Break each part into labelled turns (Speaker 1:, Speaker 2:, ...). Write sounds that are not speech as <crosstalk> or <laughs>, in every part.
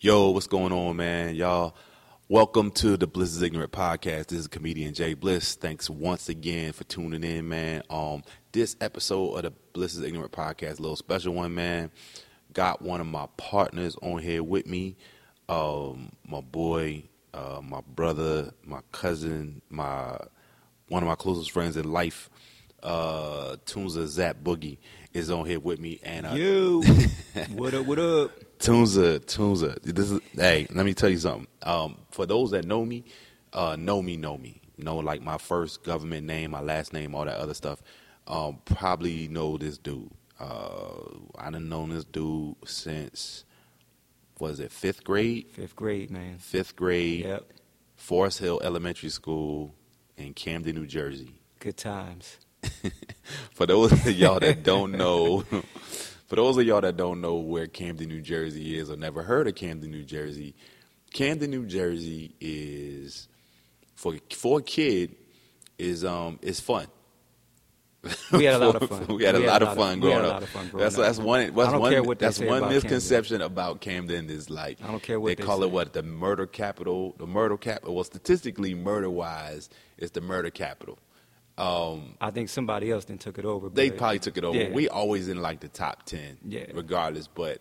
Speaker 1: Yo, what's going on, man? Y'all, welcome to the Bliss is Ignorant podcast. This is comedian Jay Bliss. Thanks once again for tuning in, man. Um, this episode of the Bliss is Ignorant podcast, a little special one, man. Got one of my partners on here with me. Um, my boy, uh, my brother, my cousin, my one of my closest friends in life, uh, Tunza Zap Boogie is on here with me, and uh, <laughs>
Speaker 2: You. what up, what up?
Speaker 1: Tunza, Tunza. This is hey. Let me tell you something. Um, for those that know me, uh, know me, know me. Know like my first government name, my last name, all that other stuff. Um, probably know this dude. Uh, I done known this dude since was it fifth grade?
Speaker 2: Fifth grade, man.
Speaker 1: Fifth grade,
Speaker 2: Yep.
Speaker 1: Forest Hill Elementary School in Camden, New Jersey.
Speaker 2: Good times.
Speaker 1: For those of y'all
Speaker 2: <laughs>
Speaker 1: that don't know, <laughs> for those of y'all that don't know where Camden, New Jersey is or never heard of Camden, New Jersey, Camden, New Jersey is for for a kid is um is fun.
Speaker 2: We had
Speaker 1: <laughs>
Speaker 2: a lot of fun.
Speaker 1: we had a lot of fun
Speaker 2: we had
Speaker 1: growing
Speaker 2: a
Speaker 1: up.
Speaker 2: lot of fun growing
Speaker 1: That's
Speaker 2: up.
Speaker 1: that's one that's
Speaker 2: I don't
Speaker 1: one
Speaker 2: care what they
Speaker 1: that's
Speaker 2: say
Speaker 1: one
Speaker 2: about Camden.
Speaker 1: misconception about Camden is like
Speaker 2: I don't care what
Speaker 1: they,
Speaker 2: they
Speaker 1: call it
Speaker 2: say.
Speaker 1: what the murder capital, the murder capital. Well, statistically, murder wise, it's the murder capital.
Speaker 2: I think somebody else then took it over.
Speaker 1: They
Speaker 2: but-
Speaker 1: probably took it over.
Speaker 2: Yeah.
Speaker 1: We always in like the top ten,
Speaker 2: Yeah.
Speaker 1: regardless. But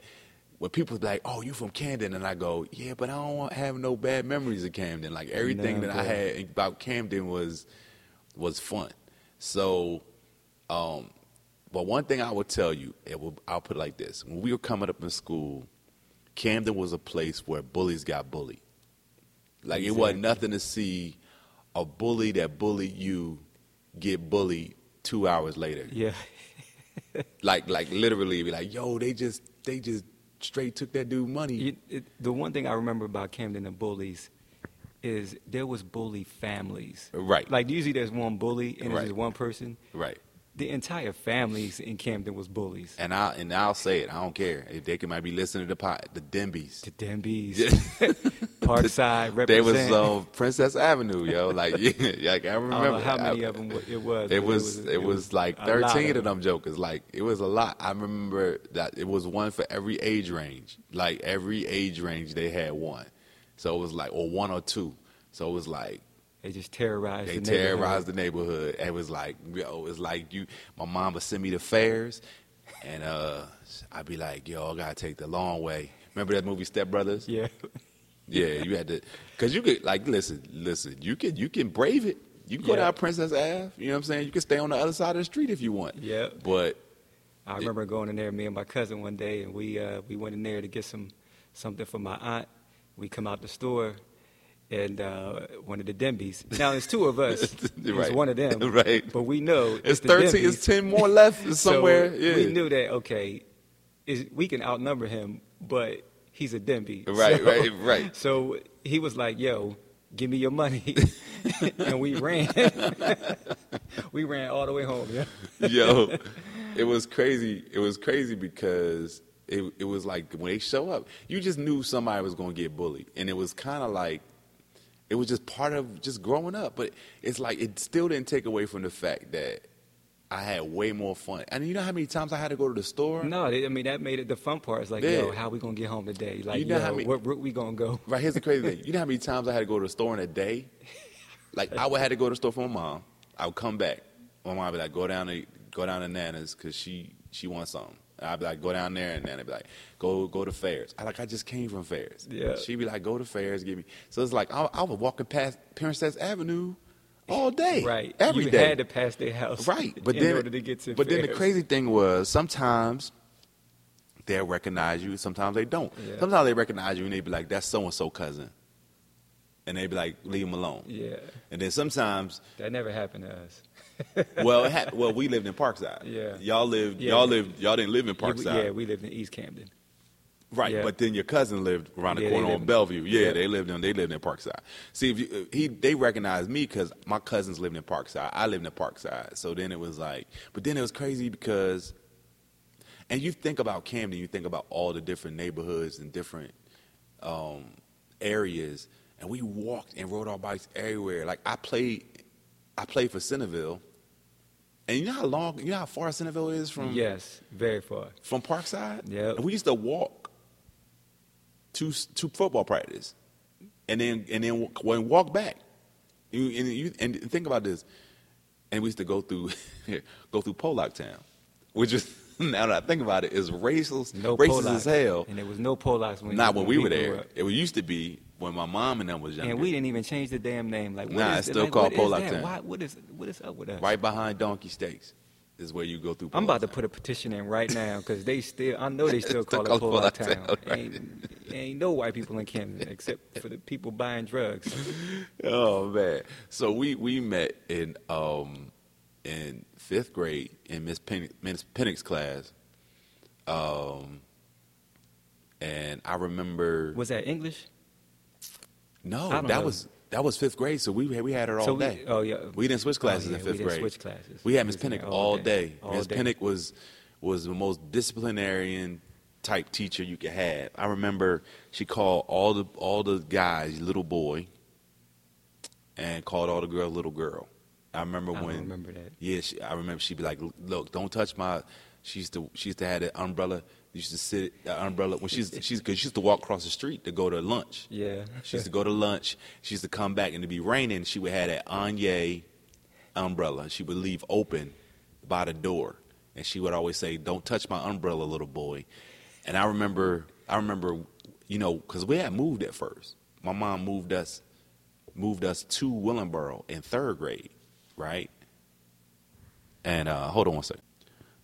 Speaker 1: when people be like, "Oh, you from Camden?" and I go, "Yeah, but I don't want- have no bad memories of Camden. Like everything
Speaker 2: None,
Speaker 1: that I
Speaker 2: bro.
Speaker 1: had about Camden was was fun." So, um, but one thing I will tell you, it will, I'll put it like this: when we were coming up in school, Camden was a place where bullies got bullied. Like it wasn't nothing to see a bully that bullied you get bullied two hours later
Speaker 2: Yeah. <laughs>
Speaker 1: like like literally be like, yo, they just they just straight took that dude money.
Speaker 2: You, it, the one thing I remember about Camden and bullies is there was bully families.
Speaker 1: Right.
Speaker 2: Like usually there's one bully and
Speaker 1: Right.
Speaker 2: it's just one person.
Speaker 1: right.
Speaker 2: The entire families in Camden was bullies.
Speaker 1: And I and I'll say it. I don't care if they can might be listening to the pot, the Denbys. <laughs>
Speaker 2: The Denbys, <laughs>
Speaker 1: Yeah.
Speaker 2: Parkside, represent.
Speaker 1: <laughs> They was um, Princess Avenue, yo. Like, <laughs> yeah, like I remember
Speaker 2: I don't know how many
Speaker 1: I-
Speaker 2: of them it was. but
Speaker 1: It was it was like
Speaker 2: a lot
Speaker 1: thirteen of
Speaker 2: them.
Speaker 1: them jokers. Like it was a lot. I remember that it was one for every age range. Like every age range, they had one. So it was like or one or two. So it was like
Speaker 2: They just terrorized.
Speaker 1: They
Speaker 2: the neighborhood.
Speaker 1: terrorized the neighborhood. It was like, yo, it's like you. My mom would send me to fairs, and uh, I'd be like, yo, I gotta take the long way. Remember that movie Step Brothers?
Speaker 2: <laughs> Yeah.
Speaker 1: Yeah, you had to, cause you could like listen, listen. You can you can brave it. You can go
Speaker 2: Yeah.
Speaker 1: down Princess Ave. You know what I'm saying? You can stay on the other side of the street if you want.
Speaker 2: Yeah. <laughs>
Speaker 1: But
Speaker 2: I remember going in there, me and my cousin one day, and we uh, we went in there to get some something for my aunt. We come out the store, and uh, one of the Denbys. Now it's two of <laughs> us.
Speaker 1: <laughs> Right.
Speaker 2: It's one of <laughs> them.
Speaker 1: <laughs> Right.
Speaker 2: But we know
Speaker 1: it's
Speaker 2: the
Speaker 1: 13.
Speaker 2: Denbys.
Speaker 1: It's 10 more left It's
Speaker 2: <laughs> So
Speaker 1: somewhere. yeah.
Speaker 2: We knew that. Okay, is we can outnumber him, but he's a Denby.
Speaker 1: Right,
Speaker 2: So-
Speaker 1: right, right.
Speaker 2: <laughs> So he was like, "Yo, give me your
Speaker 1: <laughs>
Speaker 2: money," <laughs> and we ran. <laughs> we ran all the way home. Yeah.
Speaker 1: <laughs> yo, it was crazy. It was crazy because it it was like when they show up, you just knew somebody was gonna get bullied, and it was kind of like it was just part of just growing up. But it's like it still didn't take away from the fact that I had way more fun. And you know how many times I had to go to the store.
Speaker 2: No, they- I mean that made it the fun part. It's like,
Speaker 1: Yeah.
Speaker 2: yo, how we gonna get home today? Like,
Speaker 1: You know
Speaker 2: yo,
Speaker 1: how many-
Speaker 2: what route we gonna go?
Speaker 1: Right here's the crazy thing. You know how many times I had to go to the store in a day? Like I would have to go to the store for my mom. I would come back. My mom would be like, "Go down to go down to Nana's because she she wants something." And I'd be like, "Go down there," and Nana be like, "Go go to fairs." I like I just came from fairs.
Speaker 2: Yeah.
Speaker 1: She'd be like, "Go to fairs, give me." So it's like I, I was walking past Princess Avenue all day,
Speaker 2: right,
Speaker 1: every day.
Speaker 2: you had to pass their house, <laughs>
Speaker 1: Right, but
Speaker 2: in
Speaker 1: then,
Speaker 2: order to get to.
Speaker 1: but then the
Speaker 2: Ferris.
Speaker 1: crazy thing was sometimes they'll recognize you, sometimes they don't.
Speaker 2: Yeah.
Speaker 1: Sometimes they recognize you and they be like, "That's so and so cousin," and they be like, "Leave him alone."
Speaker 2: Yeah,
Speaker 1: And then sometimes,
Speaker 2: that never happened to us. <laughs>
Speaker 1: well, it hap- well, we lived in Parkside.
Speaker 2: Yeah.
Speaker 1: y'all lived,
Speaker 2: Yeah.
Speaker 1: y'all lived, y'all didn't live in
Speaker 2: Yeah,
Speaker 1: Parkside,
Speaker 2: we- Yeah, we lived in East Camden.
Speaker 1: right?
Speaker 2: yeah.
Speaker 1: But then your cousin lived around the
Speaker 2: Yeah, they
Speaker 1: corner
Speaker 2: lived
Speaker 1: on
Speaker 2: in-
Speaker 1: Bellevue. Yeah,
Speaker 2: yeah.
Speaker 1: they lived in they lived in Parkside. See, if you, uh, he they recognized me because my cousins lived in Parkside. I lived in Parkside, so then it was like, but then it was crazy because and you think about Camden, you think about all the different neighborhoods and different um, areas, and we walked and rode our bikes everywhere. Like I played, I played for Centerville, and you know how long, you know how far Centerville is from
Speaker 2: Yes, very far.
Speaker 1: from Parkside.
Speaker 2: Yep.
Speaker 1: and we used to walk to to football practice, and then and then when walk back, you and you and think about this, and we used to go through <laughs> go through Pollock Town, which is <laughs> now that I think about it is racist
Speaker 2: No
Speaker 1: racist
Speaker 2: Polacks.
Speaker 1: as hell.
Speaker 2: And there was no Polacks when
Speaker 1: Not when we were
Speaker 2: grew
Speaker 1: there.
Speaker 2: up.
Speaker 1: It used to be when my mom and them was younger.
Speaker 2: And we didn't even change the damn name. Like, what
Speaker 1: Nah,
Speaker 2: is
Speaker 1: it's
Speaker 2: it?
Speaker 1: still
Speaker 2: Like,
Speaker 1: called
Speaker 2: what is
Speaker 1: Polack
Speaker 2: that?
Speaker 1: Town.
Speaker 2: Why, what is what is up with us?
Speaker 1: right behind Donkey Steaks is where you go through.
Speaker 2: I'm about to
Speaker 1: Polacks.
Speaker 2: put a petition in right now because they still,
Speaker 1: <laughs>
Speaker 2: I know they still
Speaker 1: Still
Speaker 2: call it
Speaker 1: call it
Speaker 2: Polack
Speaker 1: Polack Town,
Speaker 2: Town.
Speaker 1: right.
Speaker 2: Ain't, ain't no white people in Camden except for the people buying drugs.
Speaker 1: Oh man! So we we met in um in fifth grade in Miss Penny, Miss Pennick's class, um, and I remember
Speaker 2: Was that English?
Speaker 1: no
Speaker 2: I
Speaker 1: that
Speaker 2: don't know.
Speaker 1: was that was fifth grade. So we had, we had her all
Speaker 2: So we-
Speaker 1: day.
Speaker 2: oh, yeah.
Speaker 1: we didn't switch classes
Speaker 2: Oh, yeah,
Speaker 1: in
Speaker 2: we
Speaker 1: fifth
Speaker 2: didn't
Speaker 1: grade.
Speaker 2: switch classes.
Speaker 1: We had
Speaker 2: We
Speaker 1: Miss
Speaker 2: was in
Speaker 1: Pennick
Speaker 2: there
Speaker 1: all
Speaker 2: all day,
Speaker 1: day.
Speaker 2: all
Speaker 1: Miss
Speaker 2: day.
Speaker 1: Pennick was was the most disciplinarian type teacher you could have. I remember she called all the all the guys little boy, and called all the girls little girl. I remember
Speaker 2: I don't
Speaker 1: when
Speaker 2: remember that.
Speaker 1: yeah, she, I remember she'd be like, "Look, don't touch my." She used to she used to have an umbrella. Used to sit uh, umbrella when she's she's cause she used to walk across the street to go to lunch.
Speaker 2: Yeah.
Speaker 1: She used to go to lunch. She used to come back and it'd be raining. She would have that Anye umbrella. She would leave open by the door. And she would always say, Don't touch my umbrella, little boy. And I remember, I remember, you know, because we had moved at first. My mom moved us, moved us to Willenboro in third grade, right? And uh, hold on one second.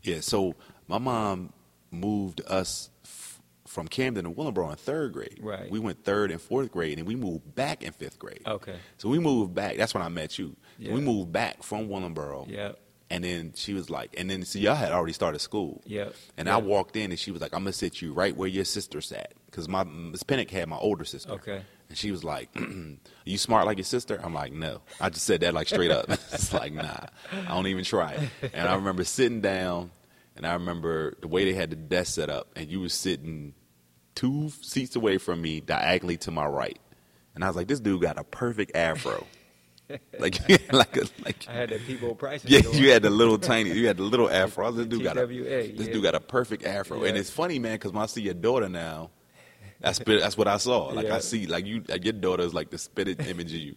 Speaker 1: Yeah, so my mom moved us f- from Camden to Willenboro in third grade.
Speaker 2: Right.
Speaker 1: We went third and fourth grade, and we moved back in fifth grade.
Speaker 2: <laughs> Okay.
Speaker 1: So we moved back. That's when I met you.
Speaker 2: Oh. Yeah.
Speaker 1: We moved back from Willenboro.
Speaker 2: Yep.
Speaker 1: And then she was like, and then see, y'all had already started school.
Speaker 2: Yep.
Speaker 1: And I
Speaker 2: Yep.
Speaker 1: walked in, and she was like, "I'm gonna sit you right where your sister sat," because my Miss Pennick had my older sister.
Speaker 2: Okay.
Speaker 1: And she was like, <clears throat> "You smart like your sister?" I'm like, "No." I just said that like straight up. <laughs> it's like, nah, I don't even try it. And I remember sitting down, and I remember the way they had the desk set up, and you was sitting two seats away from me, diagonally to my right, and I was like, "This dude got a perfect afro." like, <laughs> like, a, like
Speaker 2: I had that
Speaker 1: <laughs>
Speaker 2: people price.
Speaker 1: yeah, you had the
Speaker 2: <laughs>
Speaker 1: little tiny, you had the little afro. I was like, This dude got a,
Speaker 2: TWA,
Speaker 1: this
Speaker 2: yeah.
Speaker 1: dude got a perfect afro, and
Speaker 2: Yeah.
Speaker 1: it's funny, man, because when I see your daughter now, that's that's what I
Speaker 2: <laughs>
Speaker 1: saw. Like I
Speaker 2: Yeah.
Speaker 1: see, like you, like your daughter is like the spitted image of you.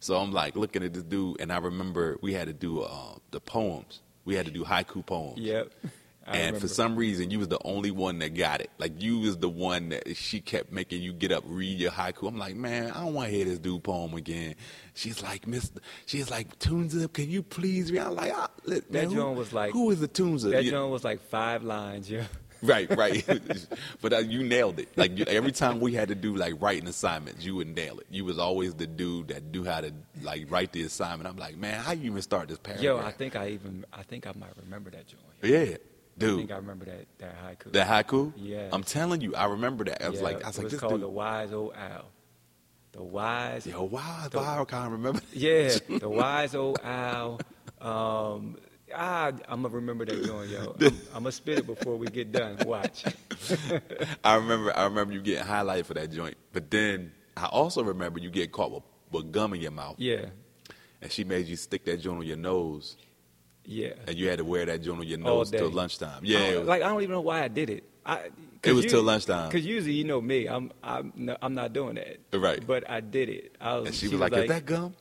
Speaker 1: So I'm like looking at this dude, and I remember we had to do uh, the poems. We had to do haiku poems.
Speaker 2: Yep. I
Speaker 1: and
Speaker 2: remember.
Speaker 1: for some reason, you was the only one that got it. Like you was the one that she kept making you get up, read your haiku. I'm like, man, I don't want to hear this dude poem again. She's like, Miss, she's like, Tunes up, can you please read? I'm like, ah, look, man,
Speaker 2: That
Speaker 1: who-
Speaker 2: joint was like-
Speaker 1: who is the Tunes up?
Speaker 2: that
Speaker 1: Yeah.
Speaker 2: joint was like five lines. Yeah.
Speaker 1: <laughs> Right, right. <laughs> but uh, you nailed it. Like you, every time we had to do like writing assignments, you would nail it. You was always the dude that knew how to like write the assignment. I'm like, man, how you even start this paragraph?
Speaker 2: Yo, I think I even I think I might remember that joint.
Speaker 1: yeah,
Speaker 2: I
Speaker 1: dude.
Speaker 2: think I remember that that haiku.
Speaker 1: The haiku?
Speaker 2: Yes.
Speaker 1: I'm telling you, I remember that. I was
Speaker 2: Yeah,
Speaker 1: like, I was
Speaker 2: it
Speaker 1: like,
Speaker 2: was
Speaker 1: this
Speaker 2: called
Speaker 1: dude.
Speaker 2: the wise old owl. The wise.
Speaker 1: Yo, why? Why I can't
Speaker 2: <laughs>
Speaker 1: remember.
Speaker 2: Yeah, the wise old owl. Um, I, I'm gonna remember that
Speaker 1: <laughs>
Speaker 2: joint, yo. I'm, I'm gonna spit it before we get done. Watch.
Speaker 1: I remember. I remember you getting highlighted for that joint. But then I also remember you getting caught with, with gum in your mouth,
Speaker 2: Yeah,
Speaker 1: and she made you stick that joint on your nose,
Speaker 2: yeah.
Speaker 1: and you had to wear that joint on your
Speaker 2: All
Speaker 1: nose till
Speaker 2: day.
Speaker 1: lunchtime.
Speaker 2: I
Speaker 1: Yeah,
Speaker 2: don't-
Speaker 1: it was,
Speaker 2: like I don't even know why I did it. I,
Speaker 1: It was till lunchtime.
Speaker 2: Because usually, you know me, I'm I'm no, I'm not doing that.
Speaker 1: Right.
Speaker 2: But I did it. I was.
Speaker 1: and she, was, like, "Is that
Speaker 2: <laughs>
Speaker 1: gum,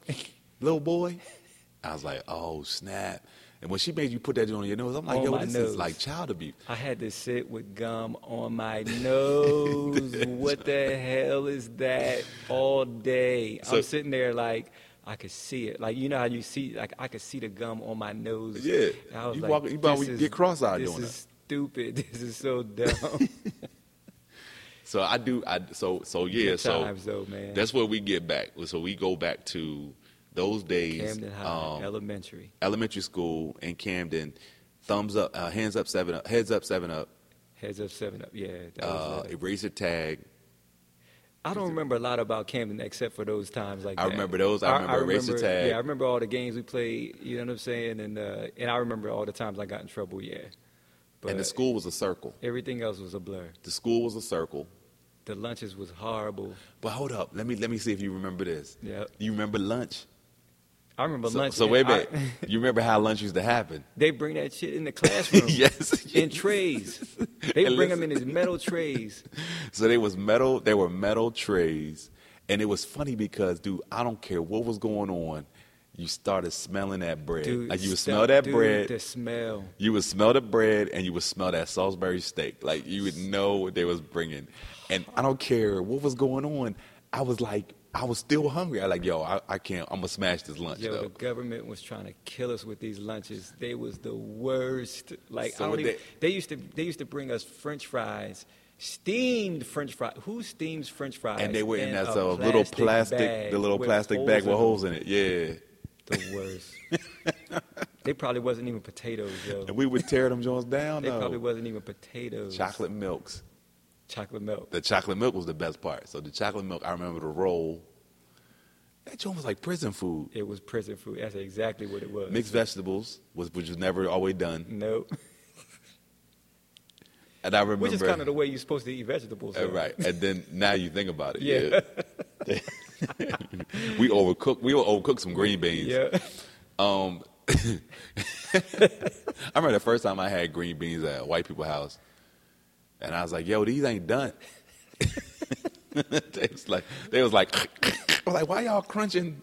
Speaker 1: little boy?" I was like, "Oh snap!" And when she made you put that joint on your nose, I'm like,
Speaker 2: On
Speaker 1: "Yo,
Speaker 2: my
Speaker 1: this is
Speaker 2: nose.
Speaker 1: like child abuse."
Speaker 2: I had to sit with gum on my
Speaker 1: <laughs>
Speaker 2: nose. what the hell is that? All day.
Speaker 1: So-
Speaker 2: I'm sitting there like I could see it. Like you know how you see like I could see the gum on my nose.
Speaker 1: Yeah.
Speaker 2: And I was
Speaker 1: You
Speaker 2: like,
Speaker 1: walk- you about
Speaker 2: this
Speaker 1: to
Speaker 2: is-
Speaker 1: get cross-eyed
Speaker 2: this
Speaker 1: doing
Speaker 2: is
Speaker 1: that.
Speaker 2: Stupid. <laughs> This is
Speaker 1: <laughs>
Speaker 2: so dumb.
Speaker 1: So I do. I so so yeah.
Speaker 2: <laughs> Good
Speaker 1: So
Speaker 2: times though, man.
Speaker 1: That's where we get back. So we go back to those days.
Speaker 2: Camden High
Speaker 1: um,
Speaker 2: Elementary.
Speaker 1: elementary school in Camden. Thumbs up, uh, hands up, seven up, heads up, seven up,
Speaker 2: Heads up, seven up. Yeah. That was
Speaker 1: uh,
Speaker 2: it.
Speaker 1: eraser tag.
Speaker 2: I don't remember a lot about Camden except for those times like
Speaker 1: I
Speaker 2: that.
Speaker 1: remember those. I remember Eraser Tag.
Speaker 2: Yeah, I remember all the games we played. You know what I'm saying? And uh, and I remember all the times I got in trouble. Yeah,
Speaker 1: and the school was a circle.
Speaker 2: everything else was a blur.
Speaker 1: The school was a circle.
Speaker 2: The lunches was horrible.
Speaker 1: But hold up, let me let me see if you remember this.
Speaker 2: Yeah,
Speaker 1: You remember lunch?
Speaker 2: I remember
Speaker 1: so,
Speaker 2: lunch.
Speaker 1: so
Speaker 2: man,
Speaker 1: wait a minute.
Speaker 2: I-
Speaker 1: you remember how lunch used to happen?
Speaker 2: <laughs> they bring that shit
Speaker 1: <laughs>
Speaker 2: in the classroom.
Speaker 1: yes. <laughs>
Speaker 2: In trays. They
Speaker 1: And
Speaker 2: bring
Speaker 1: listen-
Speaker 2: them in these
Speaker 1: <laughs>
Speaker 2: metal trays.
Speaker 1: So they was metal. They were metal trays, and it was funny because, dude, I don't care what was going on. You started smelling that bread.
Speaker 2: Dude,
Speaker 1: like you would
Speaker 2: stuff-
Speaker 1: smell that
Speaker 2: dude,
Speaker 1: bread.
Speaker 2: The smell.
Speaker 1: You would smell the bread, and you would smell that Salisbury steak. Like you would know what they was bringing. And I don't care what was going on. I was like, I was still hungry. I like, yo, I, I can't. I'm gonna smash this lunch
Speaker 2: Yo, the
Speaker 1: though.
Speaker 2: government was trying to kill us with these lunches. They was the worst. Like
Speaker 1: So
Speaker 2: I don't
Speaker 1: what
Speaker 2: even, they used to they used to bring us French fries, steamed French fries. Who steams French fries?
Speaker 1: And they were in that
Speaker 2: a
Speaker 1: uh, little plastic, the little
Speaker 2: with
Speaker 1: plastic bag with
Speaker 2: in
Speaker 1: holes in it. Yeah.
Speaker 2: them? The worst.
Speaker 1: <laughs>
Speaker 2: they probably wasn't even potatoes, yo.
Speaker 1: And we would tear them joints down
Speaker 2: They probably
Speaker 1: though.
Speaker 2: wasn't even potatoes.
Speaker 1: Chocolate milks.
Speaker 2: chocolate milk.
Speaker 1: The chocolate milk was the best part. So the chocolate milk, I remember the roll. That joint was like prison food.
Speaker 2: It was prison food. That's exactly what it was.
Speaker 1: Mixed vegetables was which was never always done.
Speaker 2: No,
Speaker 1: <laughs> And I remember
Speaker 2: which is kind of the way you're supposed to eat vegetables.
Speaker 1: Uh,
Speaker 2: yo.
Speaker 1: right. And then now you think about it.
Speaker 2: Yeah.
Speaker 1: Yeah. we overcook we would overcook some green beans.
Speaker 2: <laughs> Yeah.
Speaker 1: Um <laughs> I remember the first time I had green beans at a white people house. And I was like, yo, these ain't done. <laughs> they was like they was like <laughs> I was like, why y'all crunching?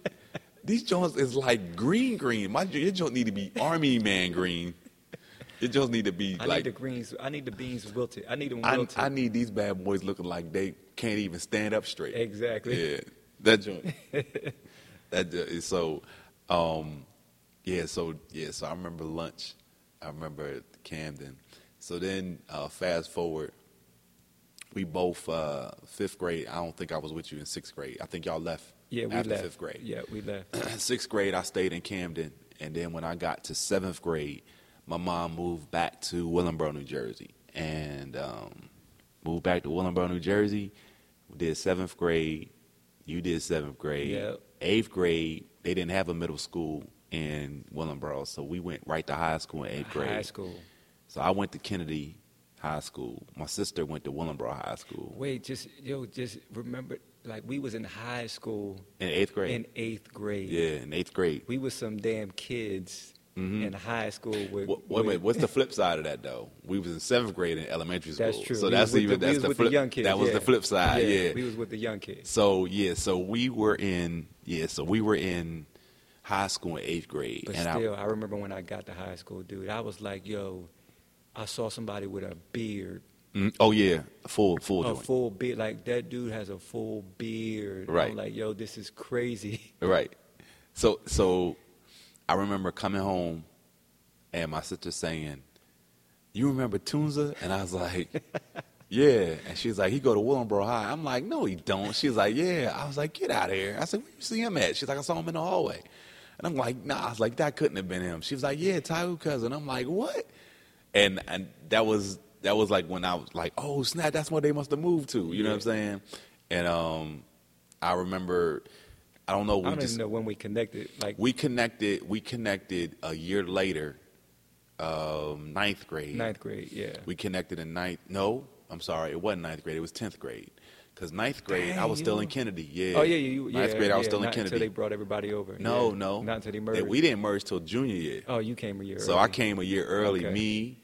Speaker 1: These joints is like green green. My your joint need to be army man green. It just need to be
Speaker 2: I
Speaker 1: like
Speaker 2: need the greens. I need the beans wilted. I need them
Speaker 1: I,
Speaker 2: wilted.
Speaker 1: I need these bad boys looking like they can't even stand up straight.
Speaker 2: Exactly. <laughs>
Speaker 1: Yeah, that joint. <laughs> that jo- is so, um, yeah, so yeah, so I remember lunch. I remember Camden. So then, uh, fast forward, we both uh, fifth grade. I don't think I was with you in sixth grade. I think y'all left.
Speaker 2: Yeah, we
Speaker 1: after
Speaker 2: left.
Speaker 1: fifth grade
Speaker 2: Yeah, we
Speaker 1: <clears throat>
Speaker 2: left.
Speaker 1: sixth grade, I stayed in Camden, and then when I got to seventh grade, my mom moved back to Willingboro, New Jersey, and um, moved back to Willingboro, New Jersey. We did seventh grade. You did seventh grade.
Speaker 2: Yep.
Speaker 1: Eighth grade, they didn't have a middle school in Willingboro, so we went right to high school in eighth grade.
Speaker 2: High school.
Speaker 1: So I went to Kennedy High School. My sister went to Willingboro High School
Speaker 2: Wait, just yo, just remember, like we was in high school
Speaker 1: in eighth grade.
Speaker 2: in eighth grade.
Speaker 1: yeah, in eighth grade.
Speaker 2: We was some damn kids
Speaker 1: Mhm.
Speaker 2: in high school with.
Speaker 1: Wha- wait, wait,
Speaker 2: with-
Speaker 1: what's the flip side of that though? We was in seventh grade in elementary school,
Speaker 2: That's true.
Speaker 1: so
Speaker 2: We
Speaker 1: that's
Speaker 2: was with
Speaker 1: even
Speaker 2: the, we
Speaker 1: that's
Speaker 2: was
Speaker 1: the
Speaker 2: with
Speaker 1: flip.
Speaker 2: the young kids.
Speaker 1: that was
Speaker 2: yeah.
Speaker 1: the flip side, yeah.
Speaker 2: we was with the young kids.
Speaker 1: So yeah, so we were in yeah, so we were in high school in eighth grade,
Speaker 2: But
Speaker 1: and
Speaker 2: still, I, remember when I got to high school, dude. I was like, yo, I saw somebody with a beard,
Speaker 1: I mm, oh yeah, full full
Speaker 2: a
Speaker 1: joint,
Speaker 2: full beard. Like that dude has a full beard.
Speaker 1: Right.
Speaker 2: I'm like, yo, this is crazy.
Speaker 1: right. So so I remember coming home and my sister saying, "You remember Tunza?" And I was like. Yeah, and she's like, he go to Willingboro High. I'm like, no, he don't. She's like, yeah. I was like, get out of here. I said, where you see him at? She's like, I saw him in the hallway. And I'm like, nah. I was like, that couldn't have been him. She was like, yeah, Tyree cousin. I'm like, what? And and that was that was like when I was like, oh snap, that's where they must have moved to. You know what I'm saying? And um, I remember, I don't know, <laughs>
Speaker 2: I
Speaker 1: we
Speaker 2: don't
Speaker 1: just
Speaker 2: even know when we connected. Like
Speaker 1: we connected. We connected a year later, um, ninth grade.
Speaker 2: ninth grade, yeah.
Speaker 1: We connected in ninth. No, I'm sorry. It wasn't ninth grade. It was tenth grade. Because ninth grade, I
Speaker 2: Dang,
Speaker 1: was still
Speaker 2: you-
Speaker 1: in Kennedy. Yeah.
Speaker 2: Oh yeah, you, yeah.
Speaker 1: Ninth grade, I was
Speaker 2: yeah,
Speaker 1: still in
Speaker 2: not Until they
Speaker 1: Kennedy.
Speaker 2: brought everybody over.
Speaker 1: No,
Speaker 2: yeah.
Speaker 1: no.
Speaker 2: Not until they
Speaker 1: That-
Speaker 2: merged.
Speaker 1: We didn't merge till junior year.
Speaker 2: Oh, you came a year.
Speaker 1: So
Speaker 2: early.
Speaker 1: I came a year early.
Speaker 2: Okay.
Speaker 1: Me,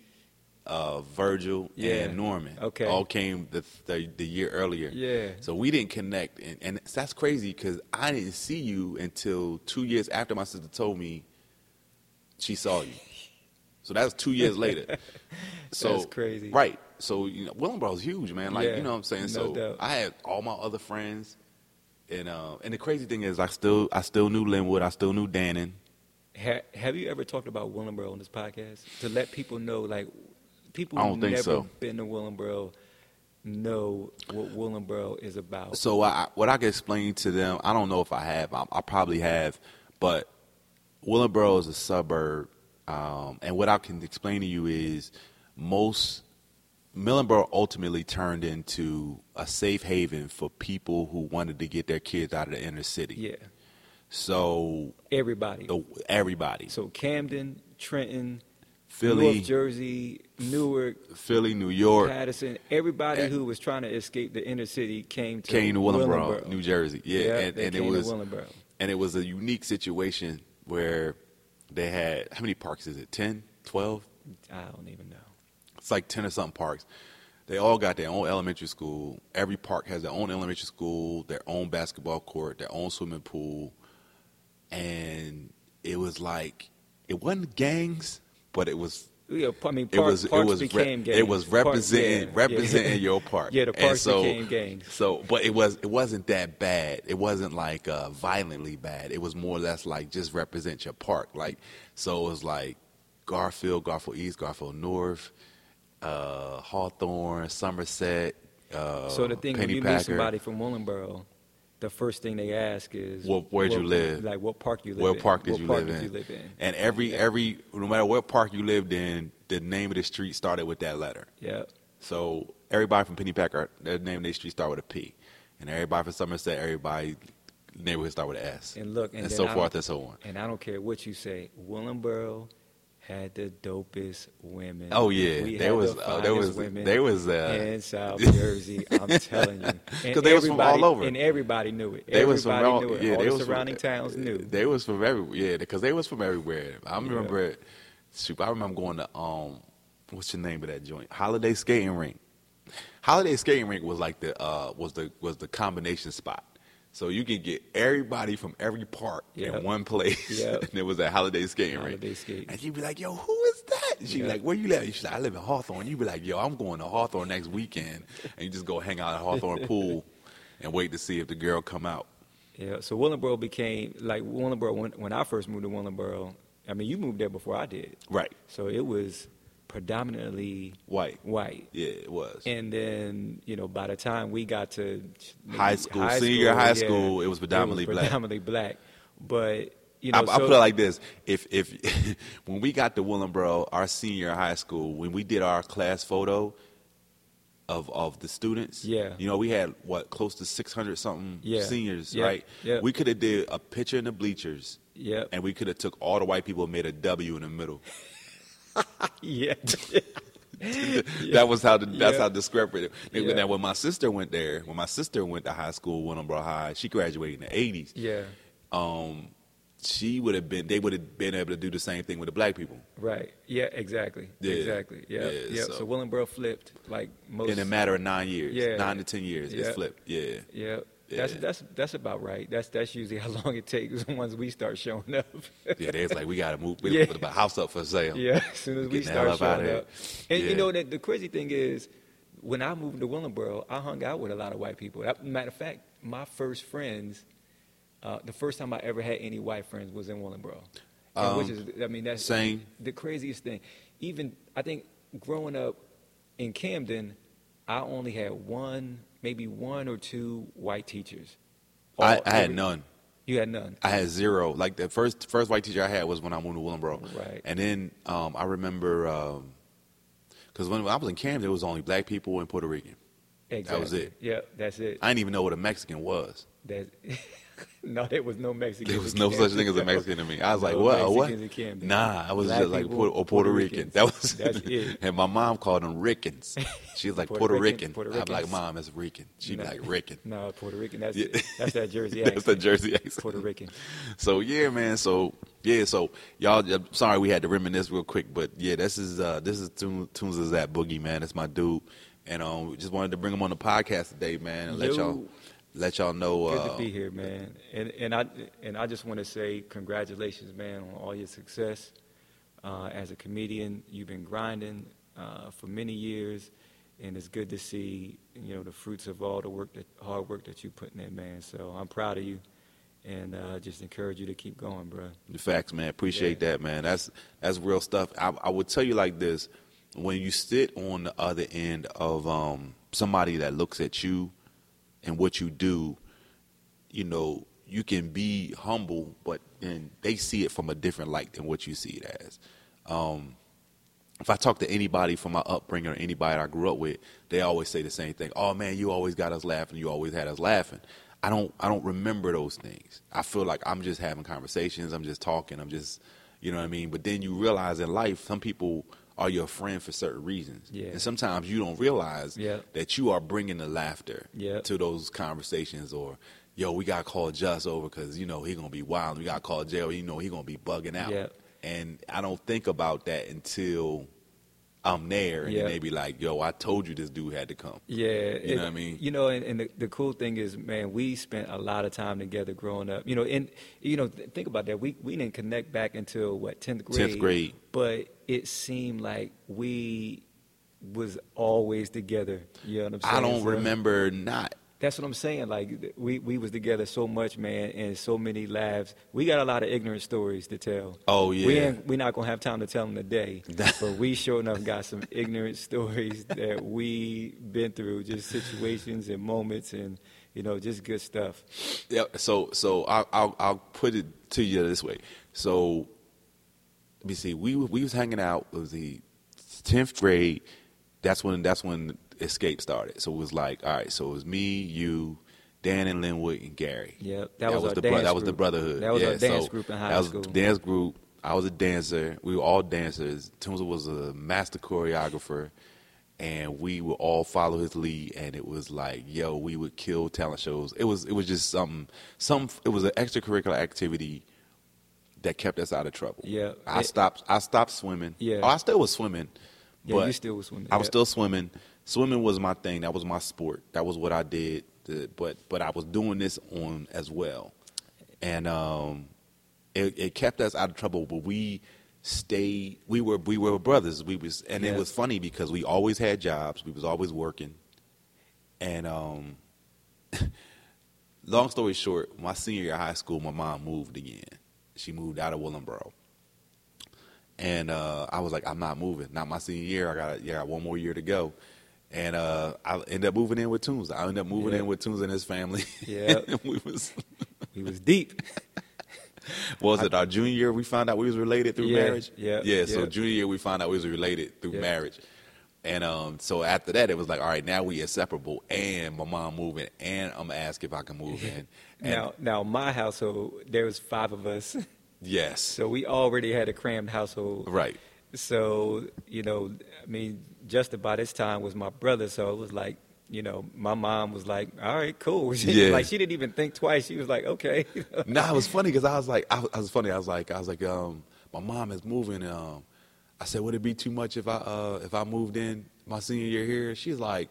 Speaker 1: uh, Virgil,
Speaker 2: Yeah.
Speaker 1: and Norman.
Speaker 2: Okay.
Speaker 1: All came the, the the year earlier.
Speaker 2: Yeah.
Speaker 1: So we didn't connect, and, and that's crazy because I didn't see you until two years after my sister told me she saw you. So that was two years
Speaker 2: <laughs>
Speaker 1: later. So
Speaker 2: That's crazy.
Speaker 1: right? So you know, Willingboro's huge, man. Like
Speaker 2: Yeah,
Speaker 1: you know what I'm saying.
Speaker 2: no
Speaker 1: so
Speaker 2: doubt.
Speaker 1: I had all my other friends, and uh, and the crazy thing is, I still I still knew Linwood, I still knew Dannon.
Speaker 2: Ha- have you ever talked about Willingboro on this podcast to let people know, like people
Speaker 1: I
Speaker 2: who've
Speaker 1: don't think
Speaker 2: never
Speaker 1: so.
Speaker 2: been to Willingboro know what Willingboro is about?
Speaker 1: So I, I- what I can explain to them, I don't know if I have. I, I probably have, but Willingboro is a suburb, um, and what I can explain to you is most Millenboro ultimately turned into a safe haven for people who wanted to get their kids out of the inner city.
Speaker 2: yeah,
Speaker 1: So
Speaker 2: everybody.
Speaker 1: the- everybody,
Speaker 2: So Camden, Trenton,
Speaker 1: Philly,
Speaker 2: North Jersey, Newark,
Speaker 1: Philly, New York,
Speaker 2: Patterson. Everybody
Speaker 1: Eh.
Speaker 2: who was trying to escape the inner city came to
Speaker 1: came to Willingboro, New Jersey. Yeah,
Speaker 2: Yeah,
Speaker 1: and,
Speaker 2: they
Speaker 1: and it
Speaker 2: came to
Speaker 1: was
Speaker 2: Willingboro.
Speaker 1: and it was a unique situation where they had how many parks is it? 10, 12?
Speaker 2: I don't even know.
Speaker 1: It's like 10 or something parks. They all got their own elementary school. Every park has their own elementary school, their own basketball court, their own swimming pool. And it was like it wasn't gangs, but it was
Speaker 2: Yeah, I mean,
Speaker 1: it
Speaker 2: park,
Speaker 1: was
Speaker 2: parks
Speaker 1: it was
Speaker 2: became
Speaker 1: rep-
Speaker 2: games.
Speaker 1: it was
Speaker 2: Parks-
Speaker 1: representing
Speaker 2: yeah, yeah.
Speaker 1: representing
Speaker 2: <laughs>
Speaker 1: your park.
Speaker 2: Yeah, the
Speaker 1: And
Speaker 2: parks
Speaker 1: so,
Speaker 2: became gangs.
Speaker 1: So, but it was it wasn't that bad. It wasn't like uh, violently bad. It was more or less like just represent your park. Like so, it was like Garfield, Garfield East, Garfield North, uh, Hawthorne, Somerset. Uh,
Speaker 2: So the thing when you meet
Speaker 1: Pennypacker.
Speaker 2: somebody from Willenboro, the first thing they ask is,
Speaker 1: What- where'd you live?
Speaker 2: Like, what park you live
Speaker 1: What
Speaker 2: in?
Speaker 1: park did
Speaker 2: what
Speaker 1: you
Speaker 2: park
Speaker 1: live
Speaker 2: did
Speaker 1: in?
Speaker 2: you live in?
Speaker 1: And every every no matter what park you lived in, the name of the street started with that letter.
Speaker 2: Yeah.
Speaker 1: So everybody from Pennypacker, their name they street start with a P, and everybody from Somerset, everybody neighborhood start with an S,
Speaker 2: And look, and,
Speaker 1: and
Speaker 2: then
Speaker 1: so
Speaker 2: I
Speaker 1: forth
Speaker 2: don't-
Speaker 1: and so on.
Speaker 2: And I don't care what you say, Willenboro had the dopest women.
Speaker 1: Oh yeah,
Speaker 2: We
Speaker 1: there
Speaker 2: had
Speaker 1: was
Speaker 2: the
Speaker 1: uh,
Speaker 2: finest
Speaker 1: there was
Speaker 2: women
Speaker 1: there was uh, <laughs>
Speaker 2: in South Jersey. I'm telling you, And
Speaker 1: 'Cause they was from all
Speaker 2: everybody-
Speaker 1: over.
Speaker 2: and everybody knew it.
Speaker 1: they
Speaker 2: everybody
Speaker 1: was from all,
Speaker 2: knew it.
Speaker 1: yeah
Speaker 2: all
Speaker 1: they
Speaker 2: the
Speaker 1: was from- uh,
Speaker 2: surrounding towns knew.
Speaker 1: they was from everywhere yeah because they was from everywhere. I remember shoot I remember going to um what's the name of that joint Holiday Skating Rink. Holiday Skating Rink was like the uh was the was the combination spot. So you could get everybody from every park
Speaker 2: Yep.
Speaker 1: in one place, <laughs>
Speaker 2: Yep.
Speaker 1: and it was at Holiday Skating Rink.
Speaker 2: Holiday skate.
Speaker 1: And you'd be like, yo, who is that? And she'd
Speaker 2: Yeah.
Speaker 1: be like, where you live? She's like, I live in Hawthorne. You'd be like, yo, I'm going to Hawthorne next weekend. And you just go hang out at
Speaker 2: <laughs>
Speaker 1: Hawthorne Pool and wait to see if the girl come out.
Speaker 2: Yeah, so Willenboro became like Willenboro when, when I first moved to Willenboro. I mean, you moved there before I did,
Speaker 1: Right.
Speaker 2: so it was predominantly
Speaker 1: White.
Speaker 2: white.
Speaker 1: Yeah, it was.
Speaker 2: And then you know, by the time we got to maybe
Speaker 1: High school, senior high school, it was predominantly black.
Speaker 2: predominantly black. But you know,
Speaker 1: I, I
Speaker 2: so-
Speaker 1: put it like this: if if <laughs> when we got to Willenboro, our senior high school, when we did our class photo of of the students,
Speaker 2: Yeah.
Speaker 1: you know, we had what close to six hundred something
Speaker 2: Yeah.
Speaker 1: seniors,
Speaker 2: Yep.
Speaker 1: right?
Speaker 2: Yep.
Speaker 1: We could have did a picture in the bleachers,
Speaker 2: Yep.
Speaker 1: and we could have took all the white people and made a W in the middle.
Speaker 2: <laughs>
Speaker 1: <laughs>
Speaker 2: yeah,
Speaker 1: That was how the, that's
Speaker 2: Yeah.
Speaker 1: how discrepant. it-
Speaker 2: Yeah.
Speaker 1: Now, when my sister went there, when my sister went to high school, Willenboro High, she graduated in the eighties.
Speaker 2: yeah,
Speaker 1: Um, she would have been. They would have been able to do the same thing with the black people.
Speaker 2: right, yeah, exactly,
Speaker 1: Yeah.
Speaker 2: exactly, yeah,
Speaker 1: Yeah,
Speaker 2: yeah. So,
Speaker 1: so-
Speaker 2: Willenboro flipped like most
Speaker 1: in a matter of nine years,
Speaker 2: Yeah.
Speaker 1: nine to ten years,
Speaker 2: Yeah.
Speaker 1: it's flipped. Yeah,
Speaker 2: Yeah. That's
Speaker 1: Yeah.
Speaker 2: that's that's about right. That's that's usually <laughs> how long it takes once we start showing up.
Speaker 1: yeah. They was like, we gotta move. We
Speaker 2: <laughs> Yeah.
Speaker 1: gotta put the house up for sale.
Speaker 2: yeah, <laughs> as soon as we
Speaker 1: Getting the hell
Speaker 2: start
Speaker 1: up outta
Speaker 2: showing
Speaker 1: here.
Speaker 2: up. And you
Speaker 1: Yeah.
Speaker 2: know that the crazy thing is, when I moved to Willenboro, I hung out with a lot of white people. That- Matter of fact, my first friends, uh, the first time I ever had any white friends was in Willenboro, And which is I mean that's
Speaker 1: Um, same.
Speaker 2: the craziest thing. Even I think growing up in Camden, I only had one, maybe one or two white teachers.
Speaker 1: I,
Speaker 2: All-
Speaker 1: I had
Speaker 2: every-
Speaker 1: none.
Speaker 2: You had none.
Speaker 1: I had zero. Like the first first white teacher I had was when I moved to Willenboro.
Speaker 2: Right.
Speaker 1: And then um, I remember because when I was in Camden, it was only black people and Puerto Rican.
Speaker 2: Exactly.
Speaker 1: was it.
Speaker 2: Yeah, that's it.
Speaker 1: I didn't even know what a Mexican was.
Speaker 2: That's, <laughs> no, there was no Mexican.
Speaker 1: There
Speaker 2: <laughs>
Speaker 1: was no such thing as a Mexican to me. I was like,
Speaker 2: No
Speaker 1: what? a
Speaker 2: Mexicans in
Speaker 1: What?
Speaker 2: Camden.
Speaker 1: Nah, I was
Speaker 2: Black
Speaker 1: just like
Speaker 2: people,
Speaker 1: Puerto, or Puerto,
Speaker 2: Puerto
Speaker 1: Rican. <laughs>
Speaker 2: Ricans.
Speaker 1: That was.
Speaker 2: <laughs> That's it.
Speaker 1: <laughs> And my mom called them Rickens.
Speaker 2: <laughs>
Speaker 1: She was like
Speaker 2: Puerto
Speaker 1: Puerto,
Speaker 2: Rican-
Speaker 1: Rican.
Speaker 2: Puerto
Speaker 1: I'd be like,
Speaker 2: Ricans.
Speaker 1: mom, it's Rican. She'd
Speaker 2: No.
Speaker 1: be
Speaker 2: <laughs>
Speaker 1: like Rican.
Speaker 2: No, Puerto Rican. That's
Speaker 1: Yeah.
Speaker 2: it. that's that Jersey
Speaker 1: <laughs>
Speaker 2: accent.
Speaker 1: That's the Jersey accent.
Speaker 2: Puerto Rican.
Speaker 1: So yeah, man. So yeah. So y'all, I'm sorry we had to reminisce real quick, but yeah, this is uh this is Toons Toons is that boogie man. That's my dude, and um, we just wanted to bring him on the podcast today, man, and let
Speaker 2: Yo.
Speaker 1: y'all let y'all know.
Speaker 2: Good
Speaker 1: uh,
Speaker 2: to be here, man. And and I and I just want to say congratulations, man, on all your success uh, as a comedian. You've been grinding uh, for many years, and it's good to see you know the fruits of all the work that hard work that you put in there, man. So I'm proud of you, and uh, just encourage you to keep going, bro.
Speaker 1: The facts, man. Appreciate
Speaker 2: Yeah.
Speaker 1: that, man. That's that's real stuff. I, I would tell you like this: when you sit on the other end of um, somebody that looks at you and what you do, you know you can be humble, but then they see it from a different light than what you see it as. Um, if I talk to anybody from my upbringing or anybody I grew up with, they always say the same thing. Oh man, you always got us laughing. You always had us laughing. I don't I don't remember those things. I feel like I'm just having conversations, I'm just talking, I'm just you know what I mean? But then you realize in life some people are your friend for certain reasons.
Speaker 2: Yeah.
Speaker 1: And sometimes you don't realize
Speaker 2: Yeah.
Speaker 1: that you are bringing the laughter
Speaker 2: Yeah.
Speaker 1: to those conversations or yo, we gotta call Just over because you know he gonna be wild. We gotta call Jail. You know he gonna be bugging out.
Speaker 2: Yeah.
Speaker 1: And I don't think about that until I'm there, and
Speaker 2: Yeah.
Speaker 1: then they be like, yo, I told you this dude had to come.
Speaker 2: Yeah,
Speaker 1: You know what I mean?
Speaker 2: You know, and, and the, the cool thing is, man, we spent a lot of time together growing up. You know, and you know, th- think about that. We we didn't connect back until what tenth grade.
Speaker 1: Tenth grade.
Speaker 2: But it seemed like we was always together. You know what I'm saying?
Speaker 1: I don't
Speaker 2: So
Speaker 1: remember not.
Speaker 2: That's what I'm saying. Like th- we we was together so much, man, and so many laughs. We got a lot of ignorant stories to tell.
Speaker 1: Oh
Speaker 2: We
Speaker 1: yeah.
Speaker 2: ain't, we not gonna have time to tell
Speaker 1: <laughs>
Speaker 2: them today, but we sure enough got some ignorant stories that we been through, just situations and moments, and you know, just good stuff.
Speaker 1: yeah. So so I, I'll I'll put it to you this way. So let me see. We we was hanging out. It was the tenth grade. That's when that's when escape started. So it was like all right. So it was me, you, Dan, and Linwood and Gary.
Speaker 2: Yeah, that, was, our
Speaker 1: the
Speaker 2: dance
Speaker 1: bro- that was the
Speaker 2: group.
Speaker 1: brotherhood.
Speaker 2: That was
Speaker 1: yeah,
Speaker 2: our dance
Speaker 1: so
Speaker 2: group in high
Speaker 1: that was
Speaker 2: school.
Speaker 1: The dance group. I was a dancer. We were all dancers. Tunza was a master choreographer, and we would all follow his lead. And it was like, yo, we would kill talent shows. It was it was just something. Some it was an extracurricular activity that kept us out of trouble.
Speaker 2: Yeah,
Speaker 1: I
Speaker 2: it-
Speaker 1: stopped. I stopped swimming.
Speaker 2: Yeah.
Speaker 1: oh, I still was swimming.
Speaker 2: Yeah,
Speaker 1: but
Speaker 2: you still was swimming.
Speaker 1: I was
Speaker 2: yeah.
Speaker 1: still swimming. Swimming was my thing. That was my sport. That was what I did. The- But but I was doing this on as well, and um, it, it kept us out of trouble. But we stayed. We were we were brothers. We was and
Speaker 2: Yeah.
Speaker 1: it was funny because we always had jobs. We was always working, and um, <laughs> long story short, my senior year of high school, my mom moved again. She moved out of Willenboro. And uh, I was like, I'm not moving. Not my senior year. I got yeah, I got one more year to go. And uh, I ended up moving in with Toons. I ended up moving
Speaker 2: Yeah.
Speaker 1: in with Toons and his family.
Speaker 2: Yeah.
Speaker 1: <laughs> And we was
Speaker 2: He
Speaker 1: <laughs>
Speaker 2: was deep.
Speaker 1: what was it our junior year? We found out we was related through
Speaker 2: Yeah,
Speaker 1: marriage.
Speaker 2: yeah,
Speaker 1: yeah. So
Speaker 2: yeah.
Speaker 1: junior year we found out we was related through
Speaker 2: Yeah.
Speaker 1: marriage. And um, so after that, it was like, all right, now we inseparable. And my mom moving, and I'm gonna ask if I can move in. And
Speaker 2: now, now my household, there was five of us,
Speaker 1: yes,
Speaker 2: so we already had a crammed household.
Speaker 1: right.
Speaker 2: So, you know, I mean, just about this time was my brother, so it was like, you know, my mom was like, "All right, cool." <laughs> She,
Speaker 1: Yeah.
Speaker 2: Like she didn't even think twice. She was like, "Okay." <laughs>
Speaker 1: No, it was funny because I was like, I was, I was funny. I was like, I was like, um, my mom is moving. Um, I said, would it be too much if I uh, if I moved in my senior year here? She's like,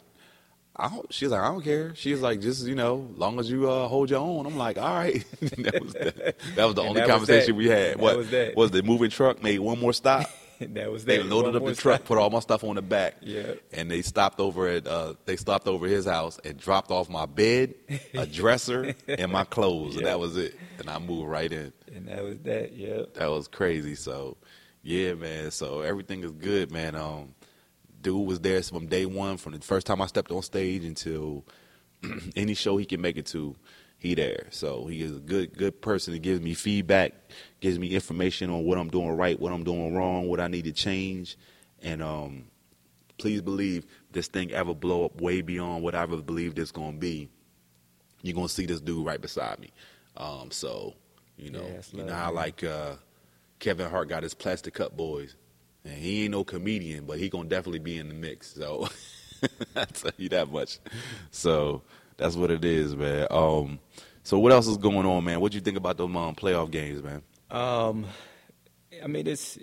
Speaker 1: I don't. She's like, I don't care. She's like, just you know, long as you uh, hold your own. I'm like, all right. <laughs> that was the, that was the
Speaker 2: And
Speaker 1: only
Speaker 2: that was
Speaker 1: conversation
Speaker 2: that.
Speaker 1: we had.
Speaker 2: That
Speaker 1: what
Speaker 2: was that.
Speaker 1: was the moving truck made one more stop?
Speaker 2: <laughs> that was
Speaker 1: They
Speaker 2: that.
Speaker 1: loaded
Speaker 2: One
Speaker 1: up
Speaker 2: more
Speaker 1: the truck,
Speaker 2: stop.
Speaker 1: put all my stuff on the back,
Speaker 2: Yeah.
Speaker 1: and they stopped over at uh, they stopped over his house and dropped off my bed, a dresser, and my clothes, and
Speaker 2: Yeah.
Speaker 1: that was it. And I moved right in.
Speaker 2: And that was that. Yeah.
Speaker 1: That was crazy. So, yeah, man. So everything is good, man. Um, dude was there from day one, from the first time I stepped on stage until <clears throat> any show he can make it to, he there. So he is a good, good person. He gives me feedback, gives me information on what I'm doing right, what I'm doing wrong, what I need to change, and um, please believe this thing ever blow up way beyond what I ever believed it's gonna be. You're gonna see this dude right beside me. Um, so you know,
Speaker 2: Yeah, it's
Speaker 1: you
Speaker 2: love,
Speaker 1: know how
Speaker 2: man.
Speaker 1: like uh, Kevin Hart got his plastic cup boys, and he ain't no comedian, but he gonna definitely be in the mix. So <laughs> I tell you that much. So that's what it is, man. Um, so what else is going on, man? What you think about those um, playoff games, man?
Speaker 2: Um, I mean, it's,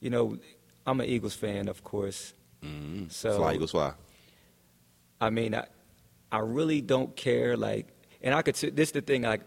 Speaker 2: you know, I'm an Eagles fan, of course.
Speaker 1: mm
Speaker 2: So-
Speaker 1: fly Eagles fly.
Speaker 2: I mean, I, I really don't care. Like, and I could. sit- This is the thing. Like,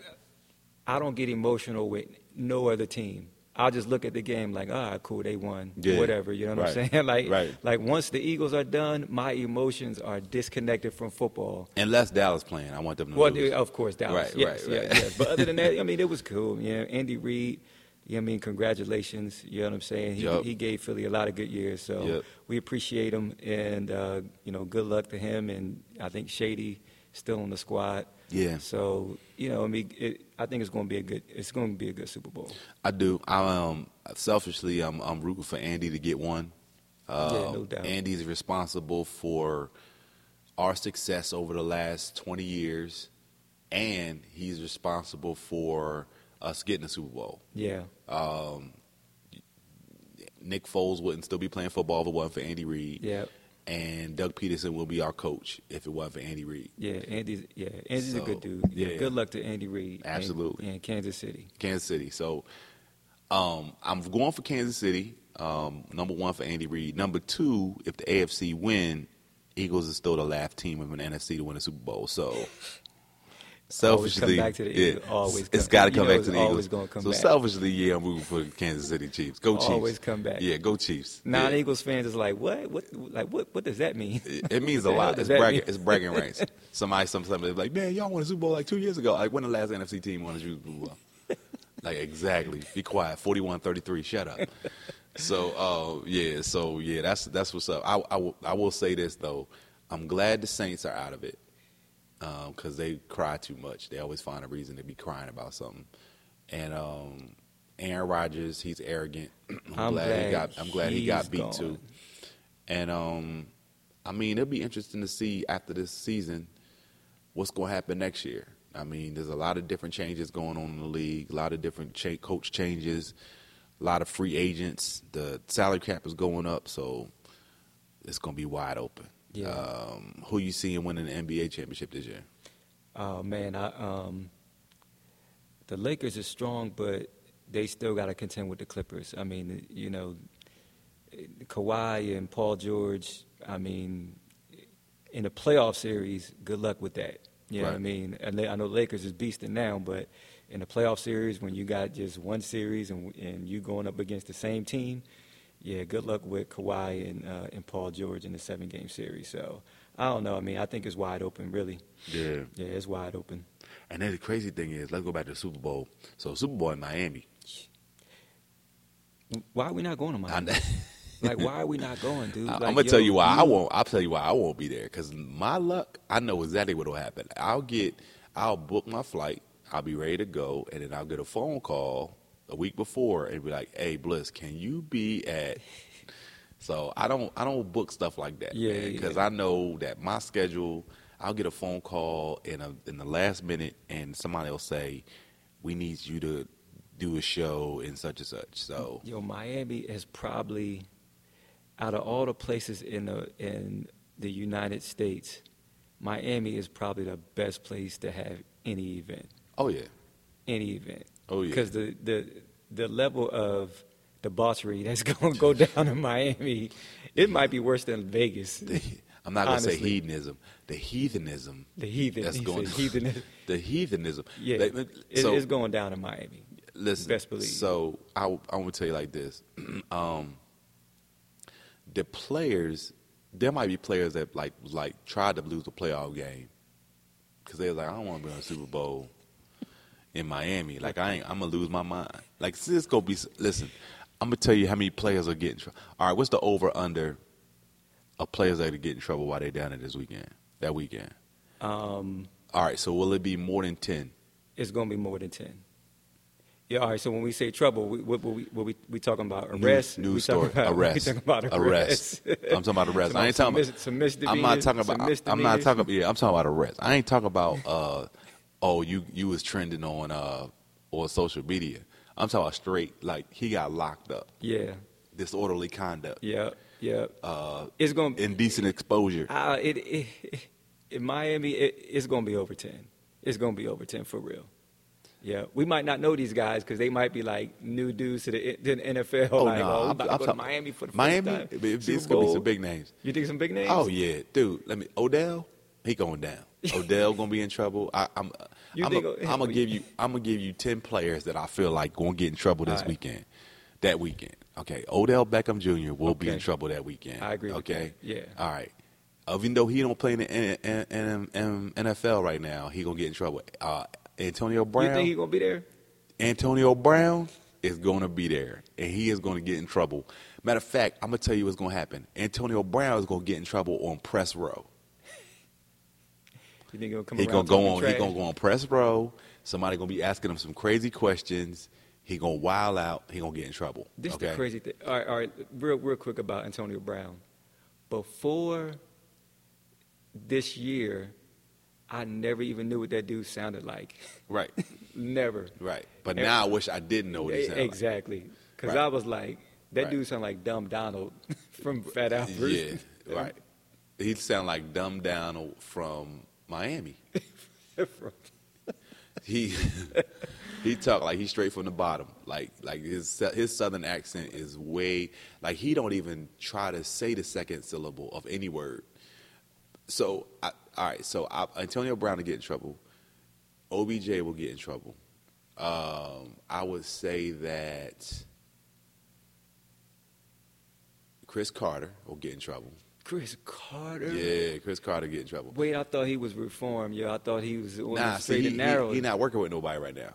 Speaker 2: I don't get emotional with no other team. I'll just look at the game like, all right, cool, they won,
Speaker 1: Yeah.
Speaker 2: whatever. You know what
Speaker 1: Right.
Speaker 2: I'm saying? <laughs> like,
Speaker 1: Right.
Speaker 2: like once the Eagles are done, my emotions are disconnected from football.
Speaker 1: Unless Dallas playing, I want them to
Speaker 2: Well,
Speaker 1: lose.
Speaker 2: of course, Dallas.
Speaker 1: Right,
Speaker 2: yes,
Speaker 1: right,
Speaker 2: yeah,
Speaker 1: right.
Speaker 2: yeah. But other than that, I mean, it was cool. Yeah, Andy Reid. You know what I mean? Congratulations. You know what I'm saying? He,
Speaker 1: Yup.
Speaker 2: he gave Philly a lot of good years, so
Speaker 1: Yup.
Speaker 2: we appreciate him, and uh, you know, good luck to him. And I think Shady still on the squad.
Speaker 1: Yeah.
Speaker 2: So you know, I mean, it, I think it's going to be a good. It's going to be a good Super Bowl.
Speaker 1: I do. I um selfishly I'm I'm rooting for Andy to get one. Uh,
Speaker 2: Yeah, no doubt.
Speaker 1: Andy's responsible for our success over the last 20 years and he's responsible for us getting a Super Bowl.
Speaker 2: Yeah.
Speaker 1: Nick Foles wouldn't still be playing football if it wasn't for Andy Reid.
Speaker 2: Yeah.
Speaker 1: and Doug Peterson will be our coach if it wasn't for Andy Reid.
Speaker 2: Yeah, Andy's yeah, Andy's a
Speaker 1: So,
Speaker 2: good dude. Yeah,
Speaker 1: yeah.
Speaker 2: good luck to Andy Reid. and-
Speaker 1: Absolutely.
Speaker 2: and Kansas City.
Speaker 1: Kansas City. So um, I'm going for Kansas City. Um, number one for Andy Reid. Number two, if the AFC win, Eagles is still the last team of an NFC to win a Super Bowl. So
Speaker 2: <laughs> Always
Speaker 1: selfishly,
Speaker 2: come back to the
Speaker 1: yeah,
Speaker 2: Eagles. Always
Speaker 1: it's
Speaker 2: come-
Speaker 1: got to
Speaker 2: you
Speaker 1: come
Speaker 2: know
Speaker 1: back
Speaker 2: it's
Speaker 1: to the
Speaker 2: always
Speaker 1: Eagles.
Speaker 2: gonna come
Speaker 1: so
Speaker 2: back.
Speaker 1: selfishly, yeah, I'm rooting for Kansas City Chiefs. Go Chiefs.
Speaker 2: Always come back.
Speaker 1: Yeah, go Chiefs.
Speaker 2: Non
Speaker 1: Yeah. Uh,
Speaker 2: Eagles fans is like, what? What? Like, what? What does that mean?
Speaker 1: <laughs> It it means a
Speaker 2: What the hell
Speaker 1: lot.
Speaker 2: does
Speaker 1: It's
Speaker 2: that
Speaker 1: bragging,
Speaker 2: mean?
Speaker 1: it's bragging rights. Somebody, some somebody like, man, y'all won a Super Bowl like two years ago. Like, when the last NFC team won a Super Bowl? like, exactly. Be quiet. 41-33. Shut up. So, uh, yeah. So, yeah. That's that's what's up. I, I, will, I will say this though. I'm glad the Saints are out of it because um, they cry too much. They always find a reason to be crying about something. And um, Aaron Rodgers, he's arrogant. <clears throat> I'm,
Speaker 2: I'm
Speaker 1: he
Speaker 2: glad
Speaker 1: got. I'm glad he got
Speaker 2: he's
Speaker 1: beat
Speaker 2: gone.
Speaker 1: too. And um, I mean, it'll be interesting to see after this season what's going to happen next year. I mean, there's a lot of different changes going on in the league, a lot of different cha- coach changes, a lot of free agents. The salary cap is going up, so it's going to be wide open.
Speaker 2: Yeah.
Speaker 1: Um, who you seeing winning the NBA championship this year?
Speaker 2: Oh man, I, um, the Lakers is strong, but they still got to contend with the Clippers. I mean, you know, Kawhi and Paul George. I mean, in a playoff series, good luck with that. You know what I
Speaker 1: Right.
Speaker 2: mean? And they- I know Lakers is beasting now, but in a playoff series, when you got just one series and and you going up against the same team, yeah, good luck with Kawhi and uh, and Paul George in the seven game series. So I don't know. I mean, I think it's wide open, really.
Speaker 1: Yeah.
Speaker 2: Yeah, it's wide open.
Speaker 1: And then the crazy thing is, let's go back to the Super Bowl. So Super Bowl in Miami.
Speaker 2: Why are we not going to Miami?
Speaker 1: I'm-
Speaker 2: like, why are we not going,
Speaker 1: <laughs>
Speaker 2: dude?
Speaker 1: I-
Speaker 2: Like,
Speaker 1: I'm gonna
Speaker 2: yo,
Speaker 1: tell you why I won't. I'll tell you why I won't be there because my luck. I know exactly what'll happen. I'll get. I'll book my flight. I'll be ready to go, and then I'll get a phone call a week before and be like, "Hey, Bliss, can you be at?" So I don't. I don't book stuff like that.
Speaker 2: Yeah, yeah,
Speaker 1: because
Speaker 2: yeah.
Speaker 1: I know that my schedule. I'll get a phone call in a, in the last minute, and somebody will say, "We need you to do a show in such and such." So
Speaker 2: Yo, Miami is probably out of all the places in the in the United States, Miami is probably the best place to have any event.
Speaker 1: oh yeah,
Speaker 2: Any event.
Speaker 1: oh yeah.
Speaker 2: Because the, the the level of debauchery that's <laughs> gonna go down in Miami, it might be worse than
Speaker 1: <laughs>
Speaker 2: Vegas.
Speaker 1: the, I'm not gonna say
Speaker 2: Honestly.
Speaker 1: hedonism. The heathenism.
Speaker 2: The heathen.
Speaker 1: That's
Speaker 2: he
Speaker 1: going-
Speaker 2: said heathen.
Speaker 1: <laughs> The heathenism.
Speaker 2: Yeah,
Speaker 1: They-
Speaker 2: it-
Speaker 1: so
Speaker 2: it's going down in Miami.
Speaker 1: listen.
Speaker 2: best believe.
Speaker 1: So I w- I want to tell you like this. <clears throat> um, the players, there might be players that like was like tried to lose the playoff game because they was like, I don't want to be on the Super Bowl in Miami. Like I ain't. I'm gonna lose my mind. Like Cisco be. s- Listen, I'm gonna tell you how many players are getting. Tr- All right, what's the over under of players that are getting in trouble while they're down there this weekend? That weekend.
Speaker 2: Um,
Speaker 1: All right, so will it be more than ten?
Speaker 2: it's going to be more than ten. Yeah. All right. So when we say trouble, we, what, what we what we we talking about
Speaker 1: New-
Speaker 2: arrest?
Speaker 1: News
Speaker 2: we
Speaker 1: story.
Speaker 2: talking about, We
Speaker 1: arrest.
Speaker 2: talking about arrest.
Speaker 1: arrest. I'm talking about arrest.
Speaker 2: Some-
Speaker 1: I ain't talking
Speaker 2: some
Speaker 1: about.
Speaker 2: mis- some misdemeanors.
Speaker 1: I'm not talking
Speaker 2: some
Speaker 1: about. I- I'm not
Speaker 2: misdemeanors.
Speaker 1: talking. Yeah, I'm talking about arrest. I ain't talking about. Uh, oh, you you was trending on uh on social media. I'm talking about straight. Like he got locked up,
Speaker 2: Yeah.
Speaker 1: disorderly conduct,
Speaker 2: Yeah. Yeah.
Speaker 1: uh,
Speaker 2: It's going. to
Speaker 1: indecent exposure.
Speaker 2: Uh, it, it, <laughs> in Miami, it, it's going to be over ten. It's going to be over ten for real. Yeah, we might not know these guys because they might be like new dudes to the, to the NFL.
Speaker 1: Oh,
Speaker 2: like,
Speaker 1: nah,
Speaker 2: oh, we
Speaker 1: I'm-
Speaker 2: about
Speaker 1: I'm
Speaker 2: to go to
Speaker 1: talking-
Speaker 2: Miami for the first
Speaker 1: Miami.
Speaker 2: time.
Speaker 1: it- it-
Speaker 2: Super
Speaker 1: It's gonna be
Speaker 2: Bowl.
Speaker 1: some big names.
Speaker 2: You think some big names?
Speaker 1: Oh yeah, dude. Let me. Odell, he going down. Odell gonna be in trouble. I, I'm.
Speaker 2: You
Speaker 1: I'm
Speaker 2: think-
Speaker 1: gonna give you. I'm gonna give you ten players that I feel like gonna get in trouble this
Speaker 2: Alright.
Speaker 1: weekend. That weekend, okay. Odell Beckham Jr. will be in
Speaker 2: Okay.
Speaker 1: trouble that weekend.
Speaker 2: I agree with
Speaker 1: Okay.
Speaker 2: that. Yeah.
Speaker 1: All right. Even though he don't play in the N- N- N- N- NFL right now, he gonna get in trouble. Uh, Antonio Brown.
Speaker 2: You think he's gonna be there?
Speaker 1: Antonio Brown is going to be there, and he is going to get in trouble. Matter of fact, I'm going to tell you what's going to happen. Antonio Brown is going to get in trouble on press row.
Speaker 2: You think he'll come
Speaker 1: He
Speaker 2: around?
Speaker 1: going to go on.
Speaker 2: talking
Speaker 1: He
Speaker 2: trash?
Speaker 1: going to go on press row. Somebody going to be asking him some crazy questions. He going to wild out. He going to get in trouble.
Speaker 2: This is
Speaker 1: okay?
Speaker 2: the crazy thing. All right, all right. Real, real quick about Antonio Brown. Before this year, I never even knew what that dude sounded like. <laughs>
Speaker 1: Right.
Speaker 2: never. <laughs>
Speaker 1: Right. But
Speaker 2: Every-
Speaker 1: now I wish I didn't know what he
Speaker 2: E-
Speaker 1: sounded like.
Speaker 2: exactly. Because
Speaker 1: Right.
Speaker 2: I was like, that
Speaker 1: Right.
Speaker 2: <laughs> dude sounded like Dumb Donald from Fat Albert. <laughs>
Speaker 1: Yeah. <laughs> Right. He'd sound like Dumb Down from Miami. he <laughs> he talk like he's straight from the bottom. Like like his his southern accent is way like he don't even try to say the second syllable of any word. So I, all right, so I, Antonio Brown will get in trouble. OBJ will get in trouble. Um, I would say that Chris Carter will get in trouble.
Speaker 2: Chris Carter.
Speaker 1: Yeah, Chris Carter get in trouble.
Speaker 2: Wait, I thought he was reformed. Yeah, I thought he was on
Speaker 1: Nah,
Speaker 2: the
Speaker 1: see,
Speaker 2: straight
Speaker 1: he,
Speaker 2: and narrow.
Speaker 1: he, he not working with nobody right now.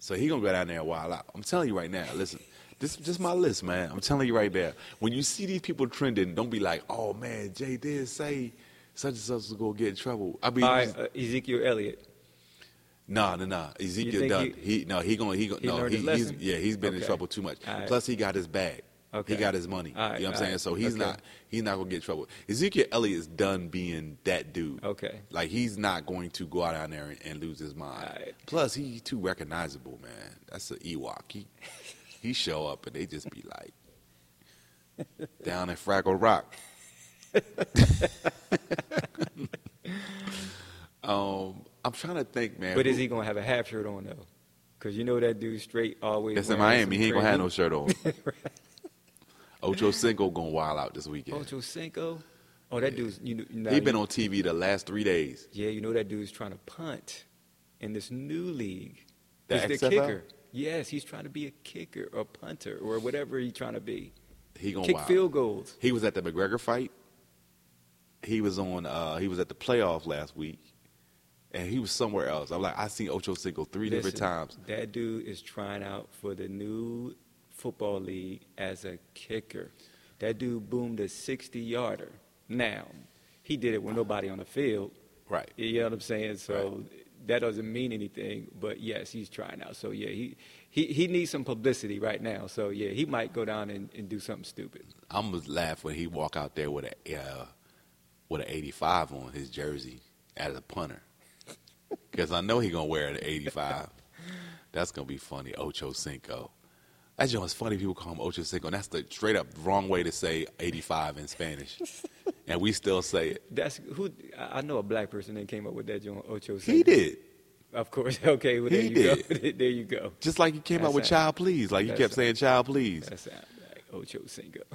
Speaker 1: So he gonna go down there and wild out. I'm telling you right now. Listen, this just my list, man. I'm telling you right there. When you see these people trending, don't be like, oh man, Jay did say such and such was gonna get in trouble. I mean,
Speaker 2: All right, uh, Ezekiel Elliott.
Speaker 1: nah, nah, nah. Ezekiel
Speaker 2: think
Speaker 1: done. He, no, he gonna he, gonna
Speaker 2: he
Speaker 1: no.
Speaker 2: learned his
Speaker 1: he's
Speaker 2: lesson?
Speaker 1: yeah, he's been in
Speaker 2: Okay.
Speaker 1: trouble too much.
Speaker 2: All right.
Speaker 1: Plus, he got his bag.
Speaker 2: Okay.
Speaker 1: He got his money.
Speaker 2: All right,
Speaker 1: you know what I'm
Speaker 2: all
Speaker 1: saying?
Speaker 2: right.
Speaker 1: So he's
Speaker 2: Okay.
Speaker 1: not he's not gonna get in trouble. Ezekiel Elliott's done being that dude.
Speaker 2: Okay.
Speaker 1: Like he's not going to go out down there and, and lose his mind.
Speaker 2: Right.
Speaker 1: Plus, he too recognizable, man. That's an Ewok.
Speaker 2: <laughs>
Speaker 1: He he show up and they just be like down in Fraggle
Speaker 2: <laughs>
Speaker 1: Rock. <laughs> um, I'm trying to think, man.
Speaker 2: But is
Speaker 1: who-
Speaker 2: he gonna have a half shirt on though? Because you know that dude straight always.
Speaker 1: That's in
Speaker 2: wearing
Speaker 1: Miami.
Speaker 2: some
Speaker 1: He ain't gonna have no
Speaker 2: crazy-
Speaker 1: shirt
Speaker 2: <laughs>
Speaker 1: on. Ocho Cinco gonna wild out this weekend.
Speaker 2: Ocho Cinco. Oh, that
Speaker 1: Yeah.
Speaker 2: dude's. You know, now
Speaker 1: he
Speaker 2: you-
Speaker 1: been on TV the last three days.
Speaker 2: Yeah, you know that dude's trying to punt in this new league.
Speaker 1: The
Speaker 2: He's
Speaker 1: XFL?
Speaker 2: kicker. Yes, he's trying to be a kicker or punter or whatever he's trying to be.
Speaker 1: He gonna
Speaker 2: Kick
Speaker 1: wild.
Speaker 2: field goals.
Speaker 1: He was at the McGregor fight. He was on. Uh, he was at the playoff last week, and he was somewhere else. I'm like, I seen Ocho Cinco three different
Speaker 2: Listen,
Speaker 1: times.
Speaker 2: That dude is trying out for the new football league as a kicker. That dude boomed a 60 yarder. Now, he did it with nobody on the field.
Speaker 1: Right.
Speaker 2: You know what I'm saying? So that doesn't mean anything, but yes, he's trying out. So yeah, he, he, he needs some publicity right now. So yeah, he might go down and, and do something stupid.
Speaker 1: I'm gonna laugh when he walk out there with a uh, with an 85 on his jersey as a punter, <laughs> because I know he gonna wear an 85. That's gonna be funny, Ocho Cinco. That's you know, it's funny people call him Ocho Cinco. And that's the straight up wrong way to say 85 in
Speaker 2: <laughs>
Speaker 1: Spanish, and we still say it.
Speaker 2: That's who I I know a black person that came up with that joint Ocho.
Speaker 1: He
Speaker 2: Cinco.
Speaker 1: did.
Speaker 2: of course. <laughs> Okay, well, there
Speaker 1: He
Speaker 2: you go.
Speaker 1: did.
Speaker 2: <laughs> there you go.
Speaker 1: Just like you came out
Speaker 2: That's
Speaker 1: with
Speaker 2: it.
Speaker 1: Child Please. Like you
Speaker 2: That's
Speaker 1: kept
Speaker 2: it.
Speaker 1: saying Child Please.
Speaker 2: That sounds like Ocho Cinco. <laughs>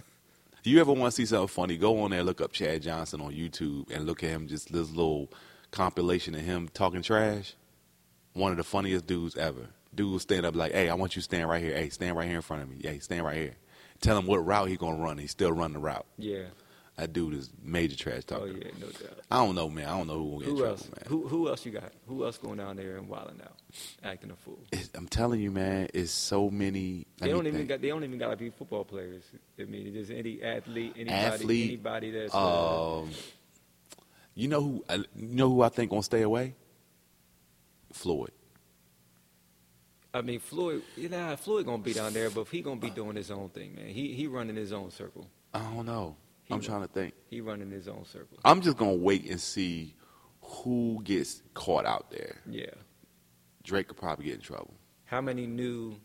Speaker 1: Do you ever want to see something funny? Go on there, look up Chad Johnson on YouTube and look at him, just this little compilation of him talking trash. One of the funniest dudes ever. Dude will stand up like, hey, I want you to stand right here. Hey, stand right here in front of me. Hey, stand right here. Tell him what route he going to run. He still run the route.
Speaker 2: Yeah.
Speaker 1: That dude is major trash talker.
Speaker 2: Oh yeah, no doubt.
Speaker 1: I don't know, man. I don't know who will get in
Speaker 2: Who
Speaker 1: trouble,
Speaker 2: else?
Speaker 1: man.
Speaker 2: Who who else you got? Who else going down there and wilding out, acting a fool?
Speaker 1: It's- I'm telling you, man, it's so many. let
Speaker 2: They
Speaker 1: me
Speaker 2: don't even
Speaker 1: think.
Speaker 2: got. They don't even got to be football players. I mean, just any athlete, anybody,
Speaker 1: Athlete,
Speaker 2: anybody that's. Uh,
Speaker 1: Um, you know who? I- You know who I think gonna stay away? Floyd.
Speaker 2: I mean, Floyd. You know, Floyd gonna be down there, but he gonna be doing his own thing, man. He he running his own circle.
Speaker 1: I don't know.
Speaker 2: He
Speaker 1: I'm
Speaker 2: will.
Speaker 1: trying to think.
Speaker 2: He running his own circle.
Speaker 1: I'm just gonna wait and see who gets caught out there.
Speaker 2: Yeah.
Speaker 1: Drake could probably get in trouble.
Speaker 2: How many new?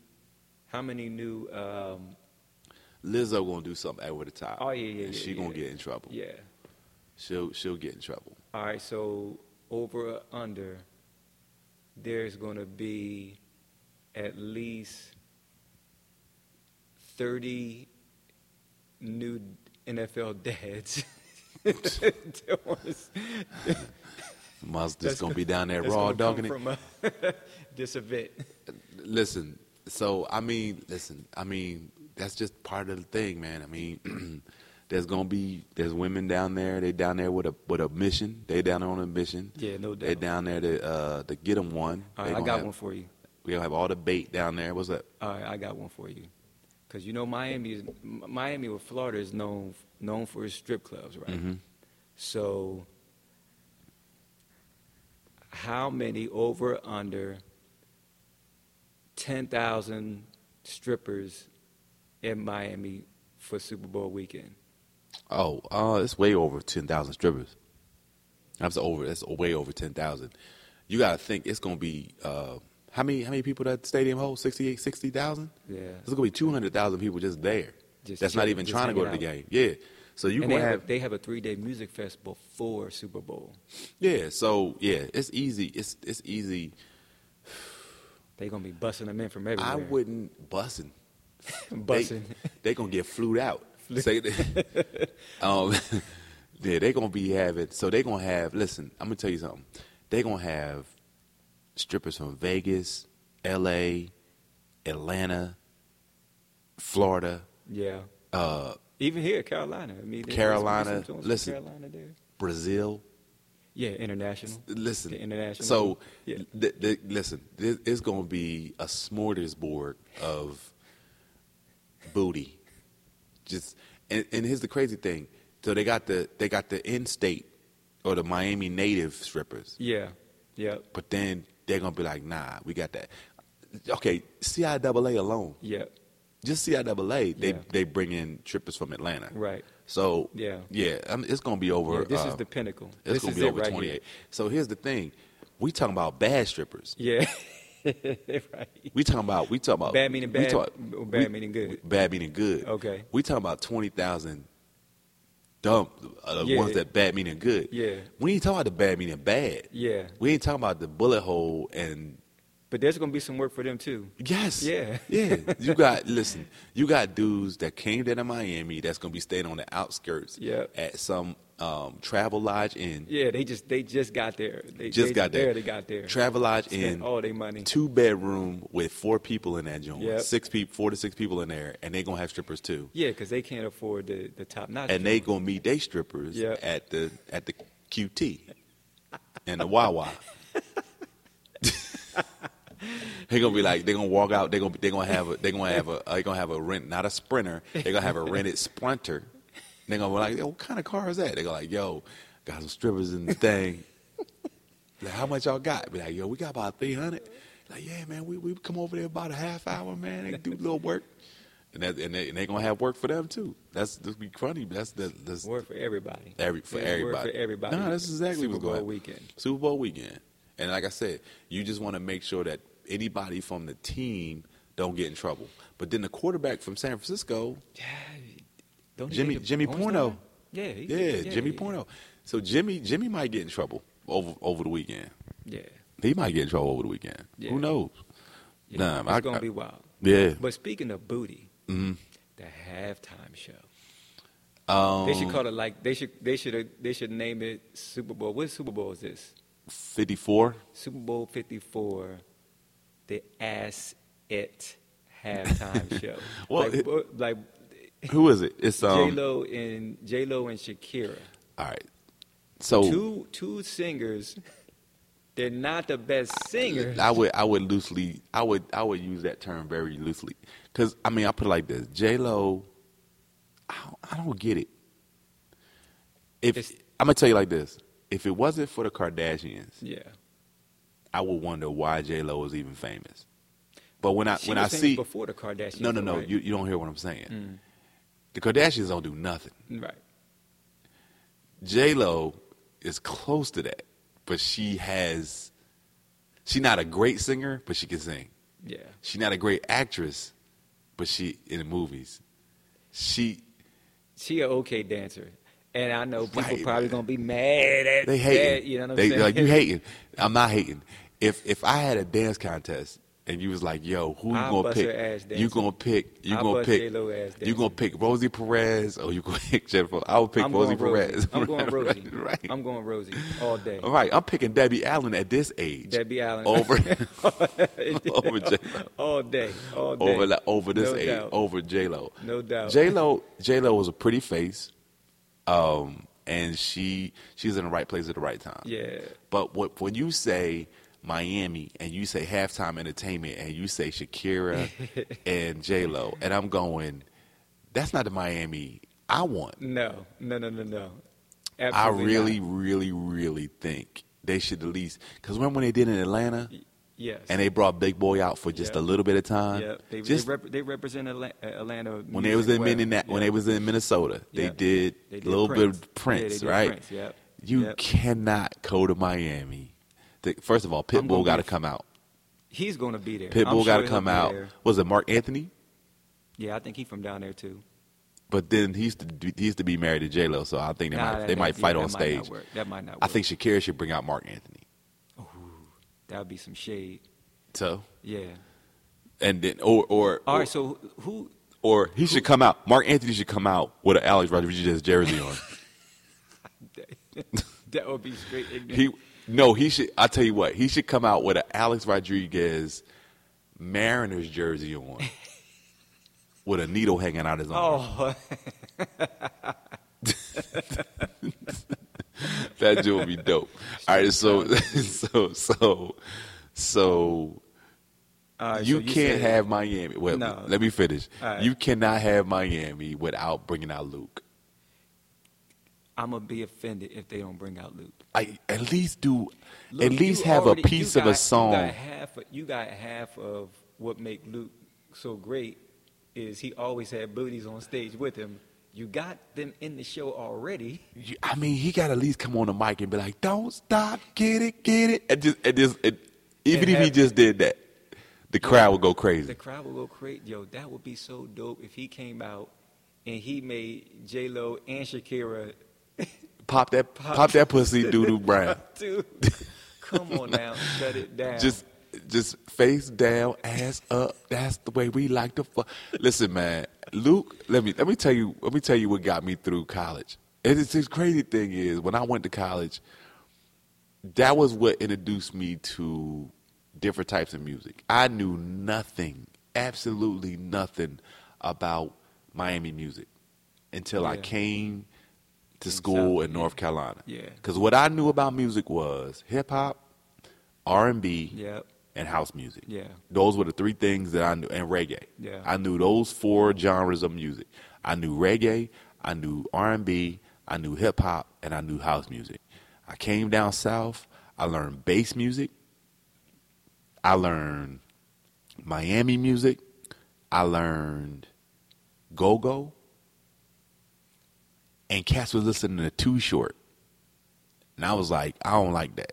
Speaker 2: How many new? Um,
Speaker 1: Lizzo gonna do something over the top.
Speaker 2: Oh, yeah, yeah,
Speaker 1: And
Speaker 2: yeah,
Speaker 1: she gonna
Speaker 2: yeah.
Speaker 1: get in trouble.
Speaker 2: yeah.
Speaker 1: She'll she'll get in trouble.
Speaker 2: All right, so over or under, there's going to be at least 30 new NFL dads. <laughs> that was-
Speaker 1: Must
Speaker 2: That's
Speaker 1: just gonna be down there
Speaker 2: that's
Speaker 1: raw
Speaker 2: gonna come
Speaker 1: dogging it.
Speaker 2: from uh, <laughs> this event.
Speaker 1: Listen, so I mean, listen, I mean, that's just part of the thing, man. I mean, <clears throat> there's gonna be there's women down there. They down there with a with a mission. They down there on a mission.
Speaker 2: Yeah, no
Speaker 1: They down there to uh to get them one.
Speaker 2: All
Speaker 1: They
Speaker 2: right, I
Speaker 1: gonna
Speaker 2: got
Speaker 1: have-
Speaker 2: one for you.
Speaker 1: We gonna have all the bait down there. What's up?
Speaker 2: All right, I got one for you. Because you know Miami is M- Miami or Florida is known known for its strip clubs, right?
Speaker 1: Mhm.
Speaker 2: So how many over under 10,000 strippers in Miami for Super Bowl weekend?
Speaker 1: Oh, uh, it's way over ten thousand strippers. That's over. That's way over ten thousand. You gotta think it's gonna be uh, how many how many people that stadium holds? 68, 60,000?
Speaker 2: Yeah.
Speaker 1: There's gonna be two hundred thousand people just there.
Speaker 2: Just
Speaker 1: That's not
Speaker 2: chill-
Speaker 1: even
Speaker 2: just
Speaker 1: trying to go to the
Speaker 2: hanging
Speaker 1: game. Yeah. So you
Speaker 2: and
Speaker 1: gonna
Speaker 2: they have,
Speaker 1: have
Speaker 2: a, they have a three day music fest before Super Bowl.
Speaker 1: yeah. So yeah, it's easy. It's it's easy.
Speaker 2: They're gonna be busting them in from everywhere.
Speaker 1: I
Speaker 2: <laughs>
Speaker 1: wouldn't bussing.
Speaker 2: busting.
Speaker 1: They, they gonna get flued out. Say that- <laughs> um, yeah, they gonna be having. So they gonna have. Listen, I'm gonna tell you something. They gonna have strippers from Vegas, L.A., Atlanta, Florida,
Speaker 2: yeah.
Speaker 1: uh,
Speaker 2: Even here, Carolina. I mean, there's
Speaker 1: Carolina,
Speaker 2: gonna be some tunes from
Speaker 1: listen.
Speaker 2: Carolina there.
Speaker 1: Brazil.
Speaker 2: Yeah, international.
Speaker 1: Listen,
Speaker 2: The international
Speaker 1: So,
Speaker 2: one? Yeah.
Speaker 1: th- th- listen, this, it's going to be a smorgasbord of booty. Just and, and here's the crazy thing. So they got the they got the in-state or the Miami native strippers,
Speaker 2: Yeah, yeah,
Speaker 1: but then they're gonna be like, nah, we got that. Okay, CIAA alone,
Speaker 2: yeah.
Speaker 1: just CIAA, they
Speaker 2: Yeah.
Speaker 1: they bring in strippers from Atlanta.
Speaker 2: Right.
Speaker 1: So
Speaker 2: Yeah.
Speaker 1: yeah, I mean, it's gonna be over.
Speaker 2: Yeah, this
Speaker 1: uh,
Speaker 2: is the pinnacle.
Speaker 1: it's
Speaker 2: This
Speaker 1: gonna
Speaker 2: is
Speaker 1: be
Speaker 2: it
Speaker 1: over
Speaker 2: right
Speaker 1: 28. So here's the thing, we talking about bad strippers.
Speaker 2: Here. Yeah, <laughs> right.
Speaker 1: We talking about we talking about
Speaker 2: Bad meaning
Speaker 1: Uh, we
Speaker 2: bad,
Speaker 1: talk-
Speaker 2: or bad
Speaker 1: we-
Speaker 2: meaning good.
Speaker 1: bad meaning good.
Speaker 2: Okay.
Speaker 1: We talking about twenty thousand dumb uh, the
Speaker 2: Yeah.
Speaker 1: ones that bad meaning good.
Speaker 2: Yeah.
Speaker 1: We ain't talking about the bad meaning bad.
Speaker 2: Yeah,
Speaker 1: We ain't talking about the bullet hole and
Speaker 2: but there's gonna be some work for them too.
Speaker 1: yes.
Speaker 2: Yeah.
Speaker 1: Yeah. You got listen, you got dudes that came down to Miami that's gonna be staying on the outskirts
Speaker 2: Yeah.
Speaker 1: at some um, travel lodge inn.
Speaker 2: Yeah, they just they just got there. They
Speaker 1: Just
Speaker 2: they
Speaker 1: got there.
Speaker 2: They got there.
Speaker 1: Travel lodge
Speaker 2: Spent
Speaker 1: inn.
Speaker 2: all their money.
Speaker 1: Two bedroom with four people in that joint.
Speaker 2: Yep.
Speaker 1: Six people, four to six people in there, and they gonna have strippers too.
Speaker 2: Yeah, because they can't afford the the top notch.
Speaker 1: and they gonna meet they strippers
Speaker 2: Yeah.
Speaker 1: at the at the QT and the Wawa. <laughs> they gonna be like they gonna walk out. They gonna they gonna have a they gonna have a uh, they gonna have a rent not a sprinter. They gonna have a rented sprinter. They gonna be like, yo, what kind of car is that? They go like, yo, got some strippers in the thing. like, how much y'all got? Be like, yo, we got about three hundred. Like, yeah, man, we we come over there about a half hour, man. They do a little work. And, that, and, they, and they gonna have work for them too. That's that's be funny. but That's that, that's
Speaker 2: work for everybody.
Speaker 1: Every for
Speaker 2: There's
Speaker 1: everybody.
Speaker 2: Work for everybody.
Speaker 1: No, that's exactly
Speaker 2: Super
Speaker 1: what's going
Speaker 2: Bowl
Speaker 1: on.
Speaker 2: weekend.
Speaker 1: Super Bowl weekend. And like I said, you just want to make sure that anybody from the team don't get in trouble. But then the quarterback from San Francisco,
Speaker 2: Yeah, don't he
Speaker 1: Jimmy-
Speaker 2: get the
Speaker 1: Jimmy
Speaker 2: Bone Star?
Speaker 1: Porno.
Speaker 2: Yeah, he-
Speaker 1: yeah, Jimmy
Speaker 2: yeah,
Speaker 1: Porno. So Jimmy Jimmy might get in trouble over over the weekend.
Speaker 2: Yeah,
Speaker 1: He might get in trouble over the weekend.
Speaker 2: Yeah.
Speaker 1: Who knows?
Speaker 2: yeah.
Speaker 1: Nah,
Speaker 2: it's
Speaker 1: I-
Speaker 2: gonna
Speaker 1: I-
Speaker 2: be wild.
Speaker 1: Yeah.
Speaker 2: But speaking of booty,
Speaker 1: Mhm.
Speaker 2: the halftime show.
Speaker 1: Um,
Speaker 2: They should call it like they should they should they should name it Super Bowl. What Super Bowl is this?
Speaker 1: 54.
Speaker 2: Super Bowl Fifty Four, the ass it
Speaker 1: <laughs>
Speaker 2: halftime show.
Speaker 1: Well,
Speaker 2: like,
Speaker 1: it-
Speaker 2: bo- like
Speaker 1: Who is it? It's um.
Speaker 2: J Lo and J Lo and Shakira,
Speaker 1: All right. So
Speaker 2: two two singers. They're not the best singers.
Speaker 1: I would I would loosely I would I would use that term very loosely because I mean I put it like this J Lo I don't, I don't get it if
Speaker 2: It's-
Speaker 1: I'm gonna tell you like this if it wasn't for the Kardashians
Speaker 2: yeah,
Speaker 1: I would wonder why J Lo is even famous but when I
Speaker 2: she
Speaker 1: when
Speaker 2: was
Speaker 1: I
Speaker 2: famous
Speaker 1: see
Speaker 2: before the Kardashians.
Speaker 1: no no
Speaker 2: though,
Speaker 1: no
Speaker 2: right? Mm.
Speaker 1: you you don't hear what I'm saying the Kardashians don't do nothing
Speaker 2: right.
Speaker 1: J Lo is close to that but she has she's not a great singer but she can sing.
Speaker 2: Yeah,
Speaker 1: She's not a great actress, but she in the movies. She
Speaker 2: she a okay dancer, and I know people
Speaker 1: Right,
Speaker 2: probably
Speaker 1: man.
Speaker 2: gonna be mad at
Speaker 1: they
Speaker 2: that.
Speaker 1: hating.
Speaker 2: You know what I'm
Speaker 1: they
Speaker 2: saying? <laughs>
Speaker 1: like you hating. I'm not hating. If if I had a dance contest and you was like, yo, who you
Speaker 2: I'll
Speaker 1: gonna
Speaker 2: bust
Speaker 1: pick?
Speaker 2: her ass
Speaker 1: you
Speaker 2: dancing.
Speaker 1: gonna pick? You
Speaker 2: I'll
Speaker 1: gonna
Speaker 2: bust
Speaker 1: pick?
Speaker 2: J-Lo ass
Speaker 1: you gonna pick Rosie Perez or you gonna <laughs> pick Jennifer? I would pick
Speaker 2: I'm
Speaker 1: Rosie
Speaker 2: going Rosie.
Speaker 1: Perez. <laughs>
Speaker 2: I'm going Rosie.
Speaker 1: right.
Speaker 2: I'm going Rosie all day.
Speaker 1: All right. I'm picking Debbie Allen at this age.
Speaker 2: Debbie Allen. <laughs>
Speaker 1: Over over J
Speaker 2: all day. All day.
Speaker 1: over the- over this
Speaker 2: No
Speaker 1: age Oh.
Speaker 2: doubt.
Speaker 1: over J Lo.
Speaker 2: No doubt.
Speaker 1: J Lo J Lo was a pretty face, um, and she she's in the right place at the right time.
Speaker 2: yeah.
Speaker 1: But what, when you say Miami and you say halftime entertainment and you say
Speaker 2: <laughs>
Speaker 1: Shakira and J Lo, and I'm going, that's not the Miami I want.
Speaker 2: No. No. No. No. No.
Speaker 1: I
Speaker 2: Absolutely
Speaker 1: really,
Speaker 2: not.
Speaker 1: really, really think they should at least because remember when they did in Atlanta
Speaker 2: Yes.
Speaker 1: and they brought Big Boy out for just
Speaker 2: Yep.
Speaker 1: a little bit of time.
Speaker 2: Yep. They,
Speaker 1: just
Speaker 2: they, rep- they represent Atla- uh, Atlanta.
Speaker 1: when they was in Minna- when they
Speaker 2: was
Speaker 1: was in Minnesota, they
Speaker 2: Yep.
Speaker 1: did a little bit of
Speaker 2: yeah, they
Speaker 1: Prince,
Speaker 2: did
Speaker 1: right?
Speaker 2: Prince. Yep.
Speaker 1: You
Speaker 2: Yep.
Speaker 1: cannot go to Miami. The- First of all,
Speaker 2: I'm gonna
Speaker 1: Pitbull got to
Speaker 2: be-
Speaker 1: come out.
Speaker 2: He's gonna be there. I'm
Speaker 1: Pitbull
Speaker 2: sure
Speaker 1: got to
Speaker 2: he'll
Speaker 1: come
Speaker 2: be
Speaker 1: out.
Speaker 2: there.
Speaker 1: Was it Mark Anthony?
Speaker 2: Yeah, I think he's from down there too.
Speaker 1: But then he used to do- he used to be married to J Lo, so I think they
Speaker 2: Nah,
Speaker 1: might
Speaker 2: that-
Speaker 1: they
Speaker 2: that-
Speaker 1: might
Speaker 2: yeah,
Speaker 1: fight
Speaker 2: that
Speaker 1: on
Speaker 2: might not
Speaker 1: stage.
Speaker 2: work. That might not work.
Speaker 1: I think Shakira should bring out Mark Anthony.
Speaker 2: that would be some shade.
Speaker 1: So
Speaker 2: Yeah.
Speaker 1: and then or or
Speaker 2: All
Speaker 1: or,
Speaker 2: right. So who?
Speaker 1: or he should come out. Mark Anthony should come out with an Alex Rodriguez jersey on.
Speaker 2: That would be straight. ignorant.
Speaker 1: he no he should. I tell you what he should come out with an Alex Rodriguez Mariners jersey on. <laughs> With a needle hanging out his arm.
Speaker 2: <laughs> oh, <laughs> Oh.
Speaker 1: That dude would be
Speaker 2: <laughs>
Speaker 1: dope. All right, so <laughs> so so so
Speaker 2: all right,
Speaker 1: you
Speaker 2: so
Speaker 1: can't
Speaker 2: said-
Speaker 1: have Miami. Well,
Speaker 2: No.
Speaker 1: let me finish.
Speaker 2: All right.
Speaker 1: You cannot have Miami without bringing out Luke.
Speaker 2: I'm gonna be offended if they don't bring out Luke.
Speaker 1: I at least do.
Speaker 2: Luke,
Speaker 1: at least
Speaker 2: you
Speaker 1: have
Speaker 2: already-
Speaker 1: a
Speaker 2: you
Speaker 1: piece of
Speaker 2: got-
Speaker 1: a song.
Speaker 2: You got, half, you got half of what make Luke so great is he always had booties on stage with him. You got them in the show already. <laughs>
Speaker 1: You- I mean, he got to at least come on the mic and be like, "Don't stop, get it, get it," and just, and just and even
Speaker 2: And
Speaker 1: if he
Speaker 2: have-
Speaker 1: just did that, the crowd would go
Speaker 2: The
Speaker 1: crazy.
Speaker 2: crowd will go crazy. Yo, that would be so dope if he came out and he made J Lo and Shakira
Speaker 1: Pop that, pop,
Speaker 2: Pop-
Speaker 1: that pussy, doodoo brown.
Speaker 2: Dude, <laughs> come on now, shut it down.
Speaker 1: Just, just face down, ass up. That's the way we like to fuck. Listen, man, Luke. Let me let me tell you. Let me tell you what got me through college. And it's this crazy thing is when I went to college, that was what introduced me to different types of music. I knew nothing, absolutely nothing, about Miami music until I
Speaker 2: Yeah.
Speaker 1: came to
Speaker 2: In
Speaker 1: school
Speaker 2: South-
Speaker 1: in North Carolina.
Speaker 2: Yeah.
Speaker 1: Because what I knew about music was hip hop, R and B,
Speaker 2: Yep.
Speaker 1: and house music.
Speaker 2: Yeah.
Speaker 1: Those were the three things that I knew, and reggae.
Speaker 2: Yeah.
Speaker 1: I knew those four genres of music. I knew reggae, I knew R and B, I knew hip hop, and I knew house music. I came down south. I learned bass music. I learned Miami music. I learned go go. And Cass was listening to Too Short. And I was like, I don't like
Speaker 2: <laughs>
Speaker 1: that.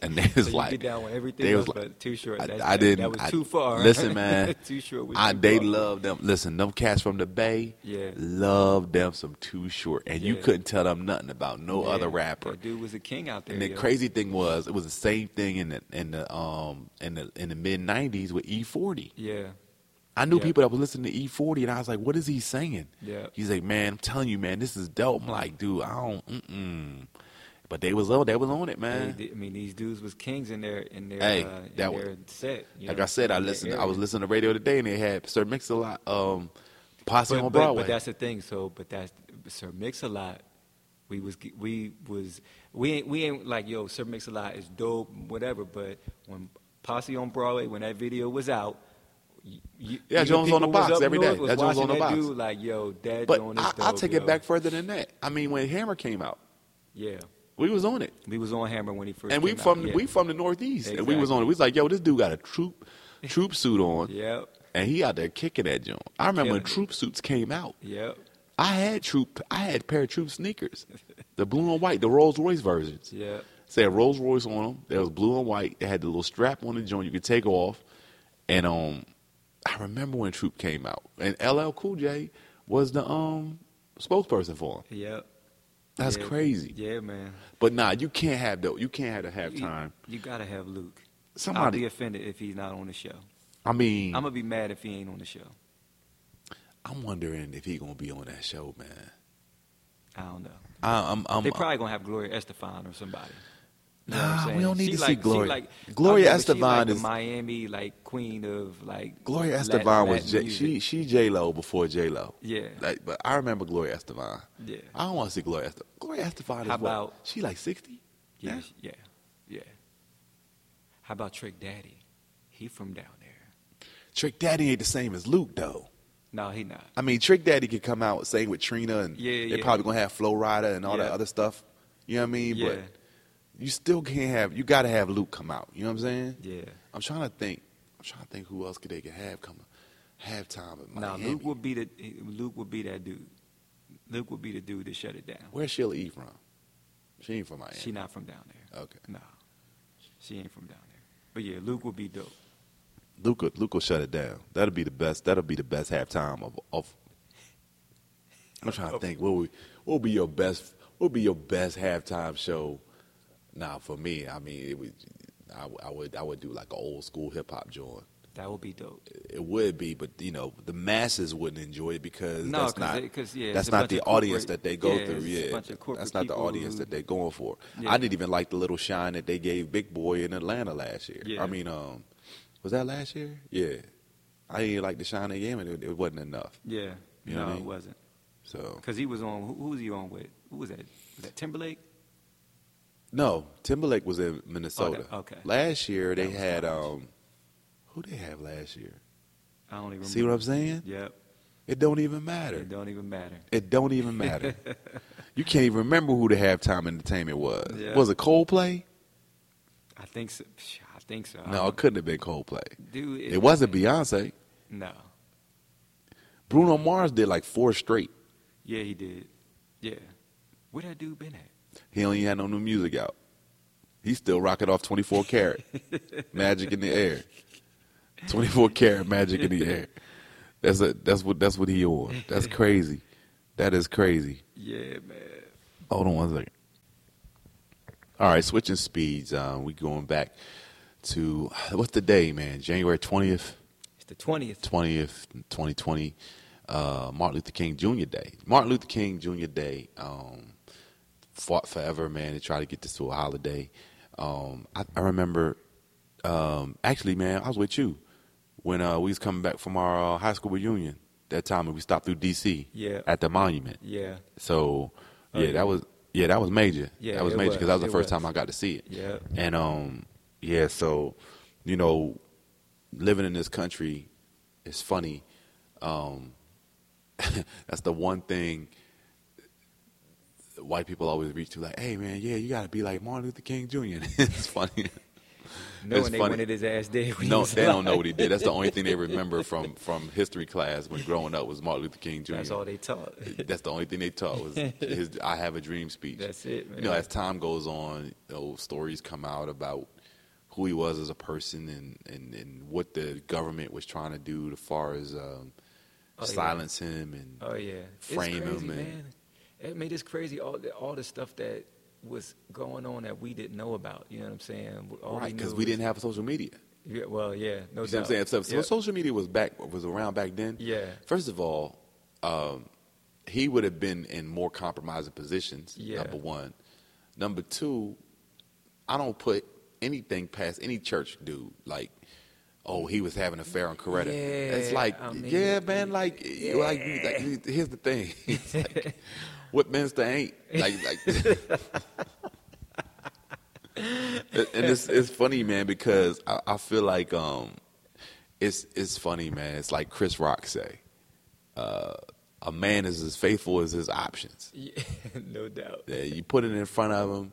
Speaker 1: and they was
Speaker 2: so you
Speaker 1: like,
Speaker 2: get down with everything
Speaker 1: they was
Speaker 2: else,
Speaker 1: like-
Speaker 2: but too short.
Speaker 1: I-
Speaker 2: That,
Speaker 1: I
Speaker 2: that-
Speaker 1: didn't-
Speaker 2: That was
Speaker 1: I-
Speaker 2: too far. <laughs>
Speaker 1: listen, man,
Speaker 2: too short was
Speaker 1: I,
Speaker 2: too
Speaker 1: they
Speaker 2: far.
Speaker 1: love them. Listen, them cats from the Bay,
Speaker 2: Yeah.
Speaker 1: love them some Too Short, and you
Speaker 2: Yeah.
Speaker 1: couldn't tell them nothing about no
Speaker 2: Yeah,
Speaker 1: other rapper.
Speaker 2: That dude was a king out there.
Speaker 1: And the
Speaker 2: yo.
Speaker 1: crazy thing was, it was the same thing in the in the um in the in the mid '90s with E40.
Speaker 2: Yeah,
Speaker 1: I knew
Speaker 2: Yeah.
Speaker 1: people that were listening to E40, and I was like, "What is he saying?"
Speaker 2: Yeah.
Speaker 1: he's like, "Man, I'm telling you, man, this is dope." I'm like, "Dude, I don't." Mm-mm. But they was on, they was on it,
Speaker 2: They
Speaker 1: man.
Speaker 2: did- I mean these dudes was kings in their in their
Speaker 1: Hey,
Speaker 2: uh,
Speaker 1: that
Speaker 2: in
Speaker 1: was-
Speaker 2: their set. you
Speaker 1: like
Speaker 2: know,
Speaker 1: I said, I
Speaker 2: in their
Speaker 1: listened. I was
Speaker 2: area.
Speaker 1: listening to radio today, and they had Sir Mix-a-Lot, um, Posse
Speaker 2: but,
Speaker 1: on
Speaker 2: but-
Speaker 1: Broadway.
Speaker 2: But that's the thing. So, but that's Sir Mix a Lot. We was ge- we was we ain't we ain't like yo Sir Mix a Lot is dope whatever. But when Posse on Broadway when that video was out. y- y-
Speaker 1: Yeah,
Speaker 2: even
Speaker 1: Jones on the
Speaker 2: people was
Speaker 1: box
Speaker 2: up
Speaker 1: every
Speaker 2: north
Speaker 1: day.
Speaker 2: was
Speaker 1: That Jones on
Speaker 2: watching
Speaker 1: the
Speaker 2: that
Speaker 1: box.
Speaker 2: Dude, like, yo, that
Speaker 1: But
Speaker 2: Jones
Speaker 1: I,
Speaker 2: is
Speaker 1: I'll
Speaker 2: dope,
Speaker 1: take
Speaker 2: yo.
Speaker 1: it back further than that. I mean, when Hammer came out,
Speaker 2: Yeah,
Speaker 1: we was on it,
Speaker 2: we was on Hammer when he first.
Speaker 1: and we
Speaker 2: came out,
Speaker 1: from
Speaker 2: yeah.
Speaker 1: we from the Northeast, and we was
Speaker 2: Exactly.
Speaker 1: on it. We was like, yo, this dude got a
Speaker 2: <laughs>
Speaker 1: troop troop suit on,
Speaker 2: Yep,
Speaker 1: and he out there kicking that joint. I remember when
Speaker 2: Killing it.
Speaker 1: troop suits came out.
Speaker 2: yep,
Speaker 1: I had troop, I had a pair of troop sneakers, the blue and white, the Rolls Royce versions.
Speaker 2: yep.
Speaker 1: Said Rolls Royce on them. They was blue and white. They had the little strap on the joint you could take off. And um, I remember when Troop came out, and LL Cool J was the um spokesperson for him.
Speaker 2: Yep.
Speaker 1: That's
Speaker 2: Yeah.
Speaker 1: crazy.
Speaker 2: Yeah, man.
Speaker 1: But nah, you can't have the you can't have the
Speaker 2: You-
Speaker 1: halftime.
Speaker 2: You, gotta have Luke. I'll
Speaker 1: Somebody,
Speaker 2: be offended if he's not on the show.
Speaker 1: I mean,
Speaker 2: I'm
Speaker 1: I'm,
Speaker 2: gonna be mad if he ain't on the show.
Speaker 1: wondering if he gonna be on that show, man.
Speaker 2: I don't know.
Speaker 1: I, I'm, I'm,
Speaker 2: they probably gonna have Gloria Estefan or somebody. You know what I'm
Speaker 1: nah,
Speaker 2: saying?
Speaker 1: we don't need
Speaker 2: She
Speaker 1: to see
Speaker 2: like- she
Speaker 1: Gloria.
Speaker 2: like-
Speaker 1: Gloria
Speaker 2: I mean, but she
Speaker 1: Estefan
Speaker 2: like the
Speaker 1: is
Speaker 2: Miami like queen of like.
Speaker 1: uh, Gloria
Speaker 2: Latin-
Speaker 1: Estefan was
Speaker 2: Latin
Speaker 1: J, she
Speaker 2: music.
Speaker 1: she J Lo before J Lo.
Speaker 2: Yeah.
Speaker 1: Like, but I remember Gloria Estefan.
Speaker 2: Yeah.
Speaker 1: I don't want to see Gloria Estefan. Gloria Estefan is what?
Speaker 2: How about-
Speaker 1: she like sixty?
Speaker 2: Yeah,
Speaker 1: now?
Speaker 2: she- yeah, yeah. How about Trick Daddy? He from down there.
Speaker 1: Trick Daddy ain't the same as Luke though.
Speaker 2: No, he not.
Speaker 1: I mean, Trick Daddy could come out sing with Trina, and
Speaker 2: Yeah,
Speaker 1: they're
Speaker 2: yeah.
Speaker 1: probably gonna have Flo Rida and all that
Speaker 2: Yeah.
Speaker 1: other stuff. You know what I mean?
Speaker 2: Yeah,
Speaker 1: But you still can't have. You got to have Luke come out. You know what I'm saying?
Speaker 2: yeah.
Speaker 1: I'm trying to think. I'm trying to think who else could they could have come halftime at
Speaker 2: Now
Speaker 1: Miami.
Speaker 2: Luke would be the Luke would be that dude. Luke would be the dude to shut it down.
Speaker 1: Where's Sheila E from? She ain't from Miami.
Speaker 2: She not from down there.
Speaker 1: okay.
Speaker 2: No, she ain't from down there. But yeah, Luke would be dope.
Speaker 1: Luca, Luca shut it down. That'll be the best. That'll be the best halftime of of I'm trying to think. What would what would be your best? What would be your best halftime show? Nah, for me, I mean, it would. I, w- I would I would do like an old school hip hop joint.
Speaker 2: That would be dope.
Speaker 1: It would be, but you know, the masses wouldn't enjoy it because
Speaker 2: No,
Speaker 1: that's
Speaker 2: 'cause
Speaker 1: not
Speaker 2: they- 'cause, yeah, it's
Speaker 1: that's
Speaker 2: a
Speaker 1: not
Speaker 2: bunch
Speaker 1: the
Speaker 2: of
Speaker 1: audience
Speaker 2: corporate-
Speaker 1: that they go
Speaker 2: yeah,
Speaker 1: through.
Speaker 2: it's a
Speaker 1: Yeah,
Speaker 2: bunch of corporate
Speaker 1: that's not the
Speaker 2: people
Speaker 1: audience
Speaker 2: who-
Speaker 1: that they're going for.
Speaker 2: Yeah.
Speaker 1: I didn't even like the little shine that they gave Big Boy in Atlanta last year.
Speaker 2: Yeah.
Speaker 1: I mean, um, was that last year? Yeah, I didn't even like the shine they gave him. It, it wasn't enough.
Speaker 2: Yeah.
Speaker 1: You know
Speaker 2: no,
Speaker 1: what I
Speaker 2: it
Speaker 1: mean?
Speaker 2: wasn't.
Speaker 1: So
Speaker 2: Because he was on, who, who was he on with? Who was that? Was that Timberlake?
Speaker 1: no, Timberlake was in Minnesota.
Speaker 2: okay.
Speaker 1: Last year they
Speaker 2: That was
Speaker 1: had
Speaker 2: garbage.
Speaker 1: um, who they have last year?
Speaker 2: I don't even remember.
Speaker 1: See what I'm saying?
Speaker 2: Yep.
Speaker 1: It don't even matter.
Speaker 2: It don't even matter.
Speaker 1: It don't even matter. you can't even remember who the halftime entertainment was.
Speaker 2: Yeah.
Speaker 1: Was it Coldplay?
Speaker 2: I think so. Psh, I think so. I
Speaker 1: No, it
Speaker 2: don't-
Speaker 1: couldn't have been Coldplay.
Speaker 2: dude,
Speaker 1: It wasn't Beyonce.
Speaker 2: No.
Speaker 1: Bruno Mars did like four straight.
Speaker 2: Yeah, he did. Yeah. Where that dude been at?
Speaker 1: He only had no new music out. He's still rocking off 24 karat. magic in the air. 24 karat magic in the air. That's a, that's what that's what he on. That's crazy. That is crazy.
Speaker 2: Yeah, man.
Speaker 1: Hold on one second. All right, switching speeds. Um, we going back to what's the day, man? January twentieth,
Speaker 2: It's the twentieth.
Speaker 1: twentieth, twenty twenty. Uh, Martin Luther King Jr. Day. Martin Luther King Jr. Day. Um, fought forever, man, to try to get this to a holiday. Um, I, I remember, um, actually, man, I was with you when uh, we was coming back from our uh, high school reunion. That time when we stopped through D.C.
Speaker 2: Yeah.
Speaker 1: at the monument.
Speaker 2: Yeah.
Speaker 1: So
Speaker 2: Oh,
Speaker 1: yeah,
Speaker 2: yeah.
Speaker 1: that was yeah, that was major.
Speaker 2: Yeah,
Speaker 1: that was
Speaker 2: it
Speaker 1: major because that was
Speaker 2: was,
Speaker 1: the
Speaker 2: it
Speaker 1: first
Speaker 2: was.
Speaker 1: time I got to see it.
Speaker 2: Yeah.
Speaker 1: And um, yeah, so you know, living in this country is funny. Um, <laughs> that's the one thing white people always reach to, like, hey man, yeah, you gotta be like Martin Luther King Jr. <laughs> it's funny.
Speaker 2: Knowing
Speaker 1: It's
Speaker 2: they
Speaker 1: funny.
Speaker 2: wanted his ass dead. When he
Speaker 1: No,
Speaker 2: was
Speaker 1: they don't know
Speaker 2: alive.
Speaker 1: what he did. That's the only thing
Speaker 2: <laughs>
Speaker 1: they remember from from history class when growing up was Martin Luther King Jr.
Speaker 2: That's all they taught. <laughs>
Speaker 1: That's the only thing they taught was his "I Have a Dream" speech.
Speaker 2: That's it, man.
Speaker 1: You know, as time goes on, you know, stories come out about who he was as a person and and, and what the government was trying to do as far as um,
Speaker 2: Oh, yeah.
Speaker 1: silence him and
Speaker 2: Oh yeah,
Speaker 1: frame
Speaker 2: it's crazy,
Speaker 1: him and-
Speaker 2: man. I mean, it's crazy all the, all the stuff that was going on that we didn't know about. You know what I'm saying? All
Speaker 1: right because
Speaker 2: Oh, knew
Speaker 1: we
Speaker 2: was-
Speaker 1: didn't have social media.
Speaker 2: Yeah, well, yeah, no
Speaker 1: You
Speaker 2: doubt.
Speaker 1: see what I'm saying? So, so
Speaker 2: yeah.
Speaker 1: social media was back was around back then.
Speaker 2: Yeah. <laughs>
Speaker 1: First of all, um, he would have been in more compromising positions.
Speaker 2: Yeah.
Speaker 1: Number one. Number two, I don't put anything past any church dude. Like, oh, he was having an affair on Coretta. it's
Speaker 2: Yeah,
Speaker 1: like,
Speaker 2: I mean,
Speaker 1: yeah, man. Like, you- like, you- like, you- here's the thing. It's like, Westminster ain't like like. and it's it's funny, man, because I, I feel like um, it's it's funny, man. It's like Chris Rock say, uh, a man is as faithful as his options.
Speaker 2: Yeah, no doubt.
Speaker 1: Uh, You put it in front of him,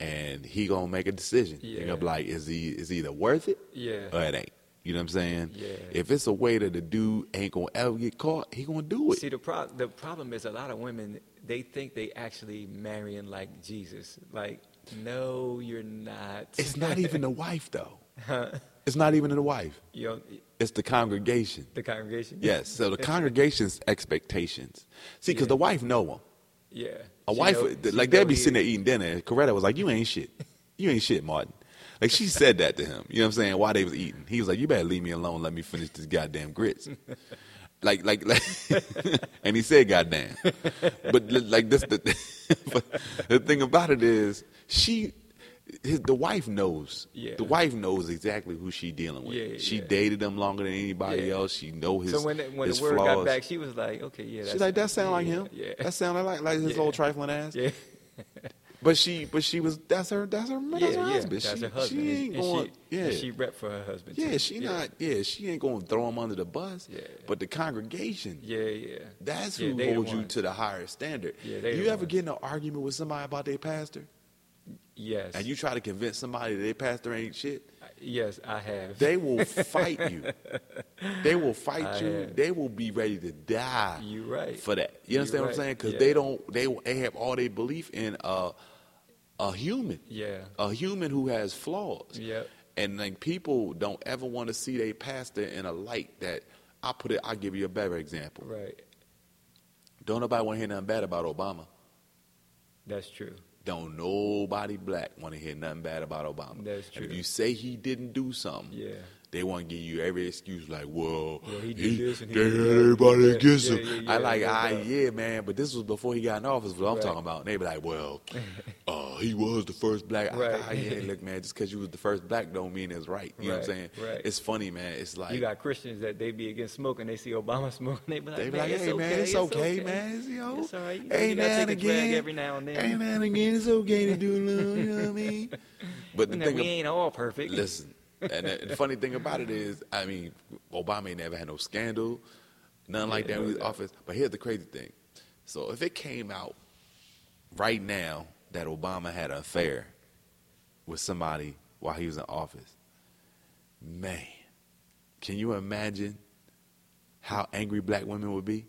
Speaker 1: and he gonna make a decision. He
Speaker 2: Yeah.
Speaker 1: gonna be like, is he is either worth it
Speaker 2: Yeah.
Speaker 1: or it ain't. You know what I'm saying?
Speaker 2: Yeah.
Speaker 1: If it's a way that the dude ain't gonna ever get caught, he gonna do it.
Speaker 2: See, the pro- the problem is a lot of women they think they actually marrying like Jesus. Like, no, you're not.
Speaker 1: it's not even the wife though. It's not even the wife.
Speaker 2: <laughs> you know,
Speaker 1: It's the congregation.
Speaker 2: the congregation.
Speaker 1: Yes. So
Speaker 2: <laughs>
Speaker 1: the congregation's expectations. See, because the wife know them.
Speaker 2: Yeah.
Speaker 1: A
Speaker 2: She
Speaker 1: wife,
Speaker 2: know-
Speaker 1: th-
Speaker 2: she
Speaker 1: like they'd
Speaker 2: know
Speaker 1: be
Speaker 2: he-
Speaker 1: sitting there eating dinner, and Coretta was like, "You ain't shit. You ain't shit, Martin." Like she said that to him. You know what I'm saying? While they was eating, he was like, "You better leave me alone. Let me finish this goddamn grits." like, like, <laughs> like and he said, "Goddamn." But li- like this, the, <laughs> but the thing about it is, she, his, the wife knows.
Speaker 2: Yeah.
Speaker 1: The wife knows exactly who she dealing with.
Speaker 2: Yeah,
Speaker 1: she
Speaker 2: yeah.
Speaker 1: dated him longer than anybody
Speaker 2: Yeah.
Speaker 1: else. She know his.
Speaker 2: So when the, when
Speaker 1: his
Speaker 2: the word
Speaker 1: flaws.
Speaker 2: got back, she was like, okay, yeah.
Speaker 1: she's
Speaker 2: that's-
Speaker 1: like, "That sound like
Speaker 2: yeah,
Speaker 1: him.
Speaker 2: Yeah.
Speaker 1: That sound like like his
Speaker 2: Yeah.
Speaker 1: old trifling <laughs> ass."
Speaker 2: <laughs> yeah.
Speaker 1: But she, but she was. That's her. That's her. That's her husband.
Speaker 2: That's
Speaker 1: she,
Speaker 2: her husband.
Speaker 1: she
Speaker 2: And-
Speaker 1: ain't
Speaker 2: and
Speaker 1: going.
Speaker 2: She,
Speaker 1: yeah,
Speaker 2: and she rep for her husband.
Speaker 1: yeah.
Speaker 2: too.
Speaker 1: She not. Yeah, she ain't going to throw him under the bus.
Speaker 2: Yeah.
Speaker 1: But the congregation.
Speaker 2: Yeah, yeah.
Speaker 1: That's
Speaker 2: Yeah,
Speaker 1: who
Speaker 2: they the
Speaker 1: holds you
Speaker 2: ones.
Speaker 1: to the higher standard.
Speaker 2: Yeah, they
Speaker 1: you
Speaker 2: the
Speaker 1: ever
Speaker 2: ones.
Speaker 1: get in an argument with somebody about their pastor,
Speaker 2: Yes.
Speaker 1: and you try to convince somebody that their pastor ain't shit?
Speaker 2: I- yes, I have.
Speaker 1: They will fight
Speaker 2: <laughs>
Speaker 1: you. They will fight
Speaker 2: I
Speaker 1: you.
Speaker 2: have.
Speaker 1: They will be ready to die.
Speaker 2: You right.
Speaker 1: for that. You
Speaker 2: You
Speaker 1: understand what I'm
Speaker 2: right.
Speaker 1: saying? Because
Speaker 2: Yeah.
Speaker 1: they don't. They they have all their belief in a a human.
Speaker 2: Yeah.
Speaker 1: a human who has flaws.
Speaker 2: Yep.
Speaker 1: And like people don't ever want to see their pastor in a light that I put it. I will give you a better example.
Speaker 2: Right.
Speaker 1: Don't nobody want to hear nothing bad about Obama.
Speaker 2: That's true.
Speaker 1: Don't nobody black want to hear nothing bad about Obama.
Speaker 2: That's
Speaker 1: And if
Speaker 2: true.
Speaker 1: you say he didn't do something,
Speaker 2: Yeah.
Speaker 1: they want to give you every excuse like, well,
Speaker 2: Yeah,
Speaker 1: he
Speaker 2: he did this and he
Speaker 1: they
Speaker 2: did
Speaker 1: had
Speaker 2: that.
Speaker 1: everybody
Speaker 2: Yeah,
Speaker 1: against
Speaker 2: yeah,
Speaker 1: him.
Speaker 2: yeah,
Speaker 1: I
Speaker 2: yeah,
Speaker 1: like,
Speaker 2: no
Speaker 1: ah,
Speaker 2: doubt.
Speaker 1: yeah, man, but this was before he got in office, what I'm
Speaker 2: Right.
Speaker 1: talking about. And they be like,
Speaker 2: <laughs>
Speaker 1: well, uh, he was the first black. I-
Speaker 2: Right.
Speaker 1: I, yeah, look, man, just because you was the first black don't mean it's right. You know what I'm saying?
Speaker 2: Right, right.
Speaker 1: It's funny, man. It's like,
Speaker 2: you got Christians that they be against smoking. They see Obama <laughs> smoking. They be like,
Speaker 1: they be
Speaker 2: man,
Speaker 1: like,
Speaker 2: it's
Speaker 1: hey,
Speaker 2: okay,
Speaker 1: man, it's okay, man. It's, you know,
Speaker 2: It's all right. You, know,
Speaker 1: hey,
Speaker 2: you gotta
Speaker 1: now and
Speaker 2: take a drag
Speaker 1: again.
Speaker 2: every now and
Speaker 1: Hey,
Speaker 2: then.
Speaker 1: now and again, it's okay to do a little, you know what I
Speaker 2: <laughs>
Speaker 1: mean? But the
Speaker 2: And that
Speaker 1: thing
Speaker 2: we
Speaker 1: ab-
Speaker 2: ain't all perfect.
Speaker 1: Listen, and the, the funny thing about it is, I mean, Obama ain't never had no scandal, nothing like
Speaker 2: Yeah,
Speaker 1: that in his
Speaker 2: no doubt.
Speaker 1: office. But here's the crazy thing: so if it came out right now that Obama had an affair with somebody while he was in office, man, can you imagine how angry black women would be?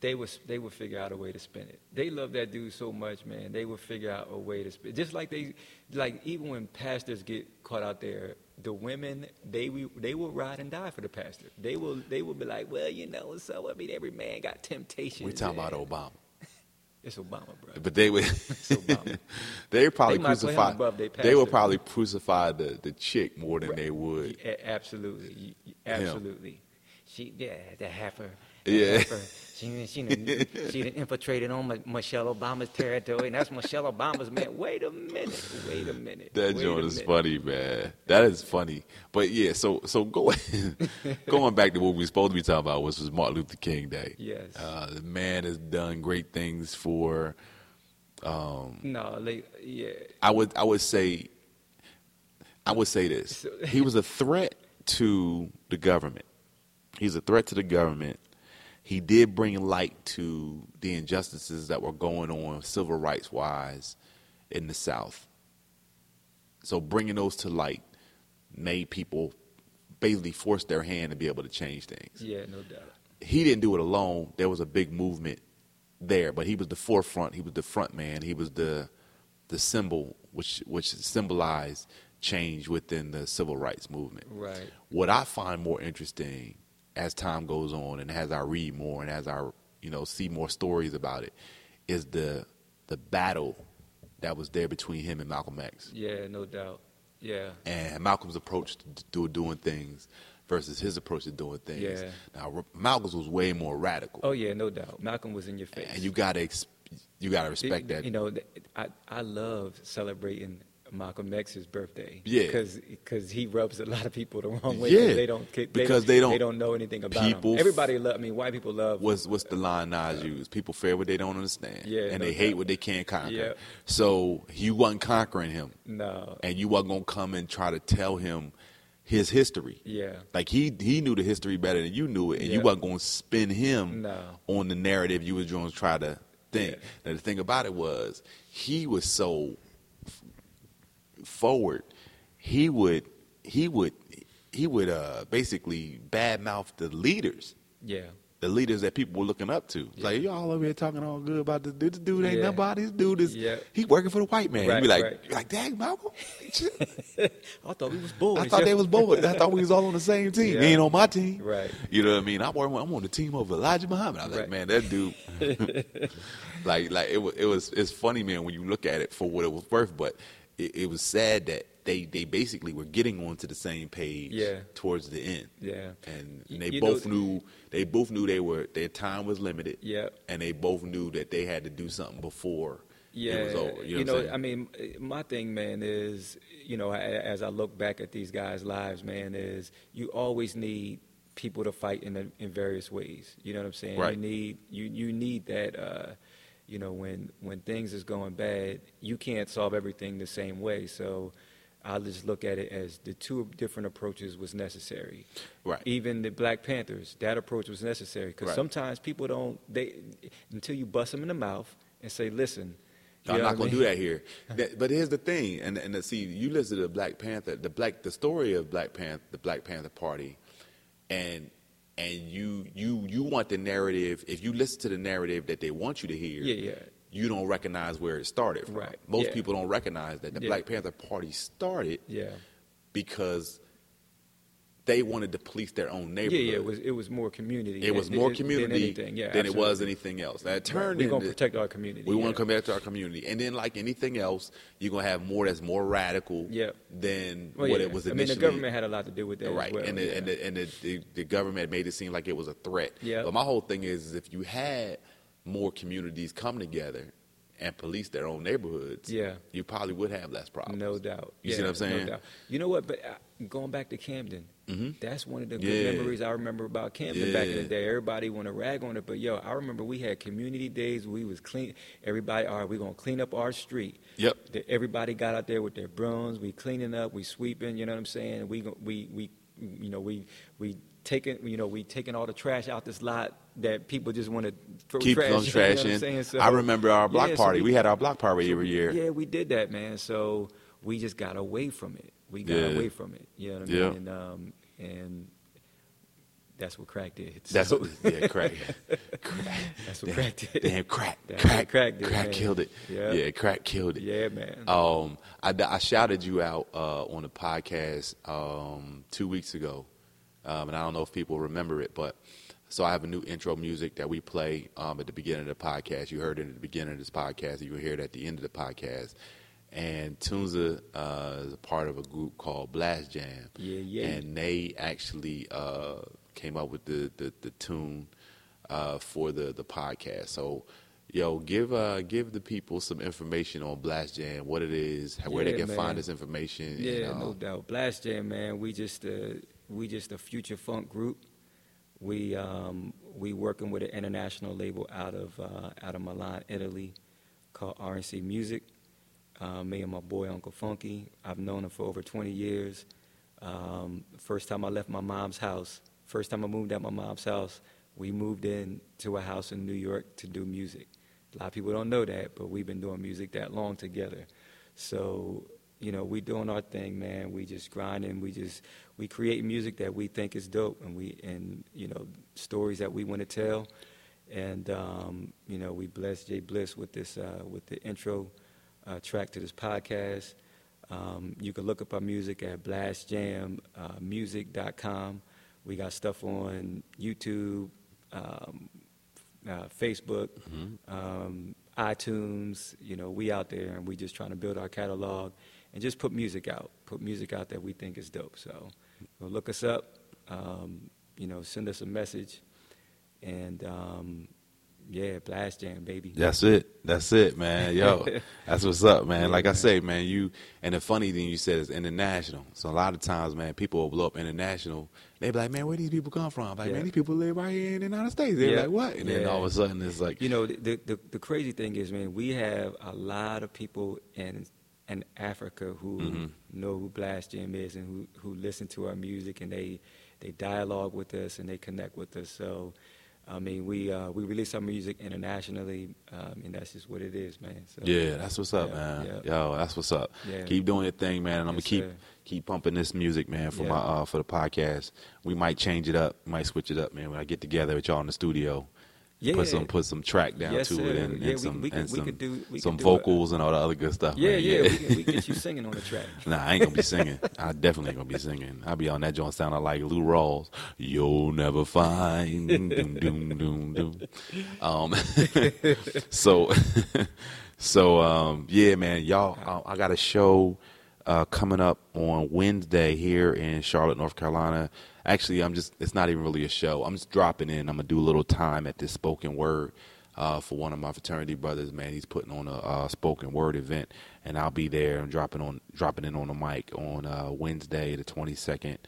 Speaker 2: they would they would figure out a way to spin it. They love that dude so much, man. They would figure out a way to spin. Just like they, like even when pastors get caught out there, the women they will- they will ride and die for the pastor. They will they will be like, well, you know, so I mean, every man got temptations.
Speaker 1: We talking about
Speaker 2: and-
Speaker 1: Obama,
Speaker 2: It's Obama, bro.
Speaker 1: but
Speaker 2: <laughs>
Speaker 1: they would. <laughs>
Speaker 2: Obama.
Speaker 1: they probably
Speaker 2: They might put him
Speaker 1: crucify.
Speaker 2: above their
Speaker 1: They would
Speaker 2: pastor.
Speaker 1: probably crucify the, the chick more than
Speaker 2: Right.
Speaker 1: they would
Speaker 2: Yeah, a- absolutely, You- you- absolutely. She yeah, the heifer. the
Speaker 1: Yeah. <laughs>
Speaker 2: heifer. She done- she done- she done infiltrated on Mi- Michelle Obama's territory, and that's Michelle Obama's man. Wait a minute. Wait a minute.
Speaker 1: That
Speaker 2: wait
Speaker 1: joint
Speaker 2: a
Speaker 1: is
Speaker 2: minute.
Speaker 1: funny, man. That is funny. But yeah, so so going <laughs> going back to what we were supposed to be talking about, which was Martin Luther King Day.
Speaker 2: Yes.
Speaker 1: Uh, the man has done great things for
Speaker 2: No, like, yeah,
Speaker 1: I would I would say I would say this.
Speaker 2: So-
Speaker 1: He was a threat to the government. He's a threat to the government. He did bring light to the injustices that were going on civil rights wise in the South. So bringing those to light made people basically force their hand to be able to change things
Speaker 2: yeah, no doubt.
Speaker 1: he didn't do it alone. There was a big movement there, but he was the forefront. He was the front man. He was the the symbol which which symbolized change within the civil rights movement.
Speaker 2: Right.
Speaker 1: What I find more interesting as time goes on and as I read more and as I you know see more stories about it is the the battle that was there between him and Malcolm X
Speaker 2: Yeah, no doubt. Yeah,
Speaker 1: and Malcolm's approach to do, doing things versus his approach to doing things.
Speaker 2: Yeah.
Speaker 1: Now Ra- Malcolm's was way more radical
Speaker 2: oh yeah, no doubt. Malcolm was in your face.
Speaker 1: and you gotta ex- you gotta respect that.
Speaker 2: You know, th- I I love celebrating Malcolm X's birthday.
Speaker 1: Yeah.
Speaker 2: because he rubs a lot of people the wrong way.
Speaker 1: Yeah.
Speaker 2: 'cause they don't they,
Speaker 1: Because
Speaker 2: don't-
Speaker 1: they don't-
Speaker 2: they don't know anything about
Speaker 1: people
Speaker 2: him.
Speaker 1: f-
Speaker 2: Everybody love. I mean, white people love.
Speaker 1: what's what's the line Nas used? People fear what they don't understand,
Speaker 2: Yeah,
Speaker 1: and
Speaker 2: no
Speaker 1: they hate
Speaker 2: doubt.
Speaker 1: what they can't conquer.
Speaker 2: Yeah.
Speaker 1: So you wasn't conquering him,
Speaker 2: no,
Speaker 1: and you wasn't gonna come and try to tell him his history.
Speaker 2: yeah,
Speaker 1: Like he he knew the history better than you knew it, and you
Speaker 2: Yeah.
Speaker 1: wasn't gonna spin him
Speaker 2: No.
Speaker 1: on the narrative you was going to try to think.
Speaker 2: Yeah.
Speaker 1: Now the thing about it was he was so f- forward. He would he would he would uh, basically badmouth the leaders
Speaker 2: yeah,
Speaker 1: the leaders that people were looking up to. It's Like you all over here talking all good about this dude. This dude ain't
Speaker 2: Yeah.
Speaker 1: nobody. This dude is
Speaker 2: Yeah.
Speaker 1: he working for the white man. you
Speaker 2: Right,
Speaker 1: be like,
Speaker 2: right.
Speaker 1: you like, dang
Speaker 2: <laughs>
Speaker 1: Malcolm.
Speaker 2: I thought we was boys.
Speaker 1: I thought they was both. I thought we was all on the same team.
Speaker 2: Yeah.
Speaker 1: He ain't on my team.
Speaker 2: Right.
Speaker 1: You know what I mean? I'm, on- I'm on the team of Elijah Muhammad. I was like,
Speaker 2: Right.
Speaker 1: man, that dude.
Speaker 2: <laughs>
Speaker 1: like, like it was. It was. It's funny, man, when you look at it for what it was worth. But it, it was sad that they they basically were getting onto the same page
Speaker 2: Yeah.
Speaker 1: towards the end.
Speaker 2: Yeah,
Speaker 1: And
Speaker 2: You-
Speaker 1: they
Speaker 2: you know-
Speaker 1: both knew they both knew they were their time was limited.
Speaker 2: <laughs> Yeah.
Speaker 1: And they both knew that they had to do something before
Speaker 2: yeah,
Speaker 1: it was over. You know, what I'm saying?
Speaker 2: I mean, my thing, man, is you know, a- as I look back at these guys' lives, man, is you always need people to fight in the, in various ways. You know what I'm saying?
Speaker 1: Right.
Speaker 2: You need you you need that. Uh, you know, when when things is going bad, you can't solve everything the same way. So. I just look at it as the two different approaches was necessary.
Speaker 1: Right.
Speaker 2: Even the Black Panthers, that approach was necessary because
Speaker 1: Right.
Speaker 2: sometimes people don't they until you bust them in the mouth and say, "Listen, you
Speaker 1: I'm
Speaker 2: know
Speaker 1: not
Speaker 2: what
Speaker 1: going
Speaker 2: I
Speaker 1: to
Speaker 2: mean?
Speaker 1: do that here. That- but here's the thing, and and see, you listen to the Black Panther, the black, the story of Black Panther, the Black Panther Party, and and you you you want the narrative. If you listen to the narrative that they want you to hear,
Speaker 2: Yeah, yeah.
Speaker 1: you don't recognize where it started from.
Speaker 2: Right,
Speaker 1: Most
Speaker 2: yeah.
Speaker 1: people don't recognize that the
Speaker 2: Yeah.
Speaker 1: Black Panther Party started
Speaker 2: Yeah,
Speaker 1: because they wanted to police their own
Speaker 2: Yeah,
Speaker 1: neighborhood.
Speaker 2: yeah, it was it was more community.
Speaker 1: It was
Speaker 2: than-
Speaker 1: more
Speaker 2: than
Speaker 1: community
Speaker 2: anything. Yeah,
Speaker 1: than it was
Speaker 2: absolutely.
Speaker 1: anything else. That turned
Speaker 2: We're gonna
Speaker 1: into-
Speaker 2: protect our community.
Speaker 1: we want
Speaker 2: yeah.
Speaker 1: to come back to our community, and then like anything else, you're gonna have more that's more radical
Speaker 2: Yeah.
Speaker 1: than
Speaker 2: Well,
Speaker 1: what
Speaker 2: yeah.
Speaker 1: it was
Speaker 2: I mean,
Speaker 1: initially.
Speaker 2: the government had a lot to do with that, as
Speaker 1: right,
Speaker 2: well,
Speaker 1: and, the,
Speaker 2: yeah.
Speaker 1: and, the, and the, the, the government made it seem like it was a threat.
Speaker 2: Yeah.
Speaker 1: But my whole thing is, is if you had more communities come together and police their own neighborhoods,
Speaker 2: Yeah.
Speaker 1: you probably would have less problems.
Speaker 2: No doubt.
Speaker 1: Uh, You see what I'm
Speaker 2: no
Speaker 1: saying?
Speaker 2: doubt. You know what? But uh, going back to Camden,
Speaker 1: Mhm.
Speaker 2: that's one of the
Speaker 1: Yeah.
Speaker 2: good memories I remember about Camden back in the
Speaker 1: Yeah.
Speaker 2: day. Everybody want to rag on it, but yo, I remember we had community days. We was clean. Everybody, all right, we gonna clean up our street.
Speaker 1: Yep.
Speaker 2: The, everybody got out there with their brooms. We cleaning up. We sweeping. You know what I'm saying? We gon- we we you know we we taking you know we taking all the trash out this lot that people just want to throw
Speaker 1: Keep
Speaker 2: trash.
Speaker 1: on
Speaker 2: you know what I'm
Speaker 1: trashing.
Speaker 2: saying? So-
Speaker 1: I remember our block
Speaker 2: Yeah, so
Speaker 1: party.
Speaker 2: we-
Speaker 1: we, had our block party every year.
Speaker 2: yeah, we did that, man. So we just got away from it. We got
Speaker 1: Yeah.
Speaker 2: away from it. You know what I mean?
Speaker 1: Yeah.
Speaker 2: And, um, and that's what crack did. <laughs>
Speaker 1: That's
Speaker 2: So-
Speaker 1: what, yeah, crack. crack. <laughs>
Speaker 2: that's what crack did.
Speaker 1: Damn, crack,
Speaker 2: That's what
Speaker 1: crack,
Speaker 2: crack
Speaker 1: crack,
Speaker 2: did, man.
Speaker 1: killed it.
Speaker 2: Yeah.
Speaker 1: yeah, crack killed it.
Speaker 2: <laughs> Yeah, man.
Speaker 1: Um, I, I shouted you out uh, on the podcast um, two weeks ago, um, and I don't know if people remember it, but so I have a new intro music that we play um, at the beginning of the podcast. You heard it at the beginning of this podcast, and you will hear it at the end of the podcast. And Tunza uh, is a part of a group called Blast Jam,
Speaker 2: Yeah, yeah.
Speaker 1: and they actually uh, came up with the the, the tune uh, for the the podcast. So, yo, give uh, give the people some information on Blast Jam, what it is, where they
Speaker 2: Yeah,
Speaker 1: can
Speaker 2: man.
Speaker 1: find this information.
Speaker 2: yeah,
Speaker 1: and, uh,
Speaker 2: no doubt. Blast Jam, man. We just uh, we just a future funk group. We um, we working with an international label out of uh, out of Milan, Italy, called RNC Music. Uh, me and my boy Uncle Funky. I've known him for over 20 years. Um, first time I left my mom's house, first time I moved out my mom's house, we moved in to a house in New York to do music. A lot of people don't know that, but we've been doing music that long together. So, you know, we doing our thing, man. We just grinding. We just we create music that we think is dope, and we and you know stories that we want to tell. And um, you know, we blessed Jay Bliss with this uh, with the intro uh, track to this podcast. Um, you can look up our music at uh, blastjammusic.com. We got stuff on YouTube, um, uh, Facebook, um, iTunes. You know, we out there and we just trying to build our catalog and just put music out. Put music out that we think is dope. So, you know, look us up. Um, you know, send us a message, and um, yeah, blast jam, baby.
Speaker 1: That's it. That's it, man. Yo,
Speaker 2: <laughs>
Speaker 1: that's what's up, man. Like I say, man, you and the funny thing you said is international. So a lot of times, man, people will blow up international. They be like, man, where these people come from? I'm like,
Speaker 2: Yeah.
Speaker 1: man, these people live right here in the United States. They're
Speaker 2: Yeah.
Speaker 1: like, what? And then
Speaker 2: Yeah.
Speaker 1: all of a sudden, it's like,
Speaker 2: You know, the, the, the crazy thing is, man, we have a lot of people in in Africa who
Speaker 1: Mhm.
Speaker 2: know who Blast Jam is and who, who listen to our music and they they dialogue with us and they connect with us. So, I mean, we uh, we release our music internationally, um, and that's just what it is, man. So,
Speaker 1: Yeah, that's what's up,
Speaker 2: Yeah,
Speaker 1: man.
Speaker 2: yeah.
Speaker 1: Yo, that's what's up.
Speaker 2: Yeah.
Speaker 1: Keep doing your thing, man. And I'm
Speaker 2: Yes,
Speaker 1: gonna keep
Speaker 2: sir.
Speaker 1: keep pumping this music, man, for
Speaker 2: Yeah.
Speaker 1: my uh for the podcast. We might change it up, might switch it up, man. When I get together with y'all in the studio,
Speaker 2: Yeah.
Speaker 1: put some put some track down
Speaker 2: Yes,
Speaker 1: to it
Speaker 2: sir.
Speaker 1: and, and
Speaker 2: Yeah, we-
Speaker 1: some
Speaker 2: we could-
Speaker 1: and
Speaker 2: we
Speaker 1: some,
Speaker 2: could do- we could
Speaker 1: some
Speaker 2: do a-
Speaker 1: vocals and all the other good stuff.
Speaker 2: yeah,
Speaker 1: man.
Speaker 2: yeah. we, can, we get you singing on the track.
Speaker 1: <laughs> Nah, I ain't gonna be singing. I definitely ain't gonna be singing. I'll be on that joint sounding like Lou Rawls. You'll never find doom doom doom
Speaker 2: <laughs>
Speaker 1: doom. Um, <laughs> so so um, yeah, man, y'all. I, I got a show uh, coming up on Wednesday here in Charlotte, North Carolina. Actually, I'm just. It's not even really a show. I'm just dropping in. I'm gonna do a little time at this spoken word uh, for one of my fraternity brothers. Man, he's putting on a uh, spoken word event, and I'll be there. I'm dropping on dropping in on the mic on uh, Wednesday, the 22nd,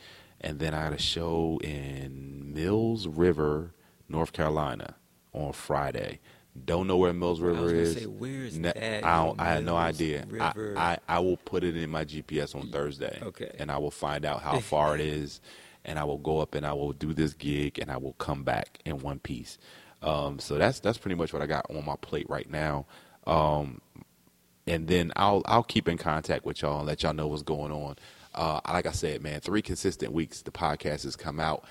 Speaker 1: and then I got a show in Mills River, North Carolina, on Friday. Don't know where Mills River
Speaker 2: gonna
Speaker 1: is.
Speaker 2: say, where is
Speaker 1: Ne-
Speaker 2: that,
Speaker 1: I, don't,
Speaker 2: yo?
Speaker 1: I have no
Speaker 2: Mills
Speaker 1: idea. I,
Speaker 2: River.
Speaker 1: I I will put it in my GPS on Thursday.
Speaker 2: Okay.
Speaker 1: And I will find out
Speaker 2: <laughs>
Speaker 1: how far it is, and I will go up and I will do this gig and I will come back in one piece. Um, so that's that's pretty much what I got on my plate right now. Um, and then I'll I'll keep in contact with y'all and let y'all know what's going on. Uh, like I said, man, three consistent weeks the podcast has come out.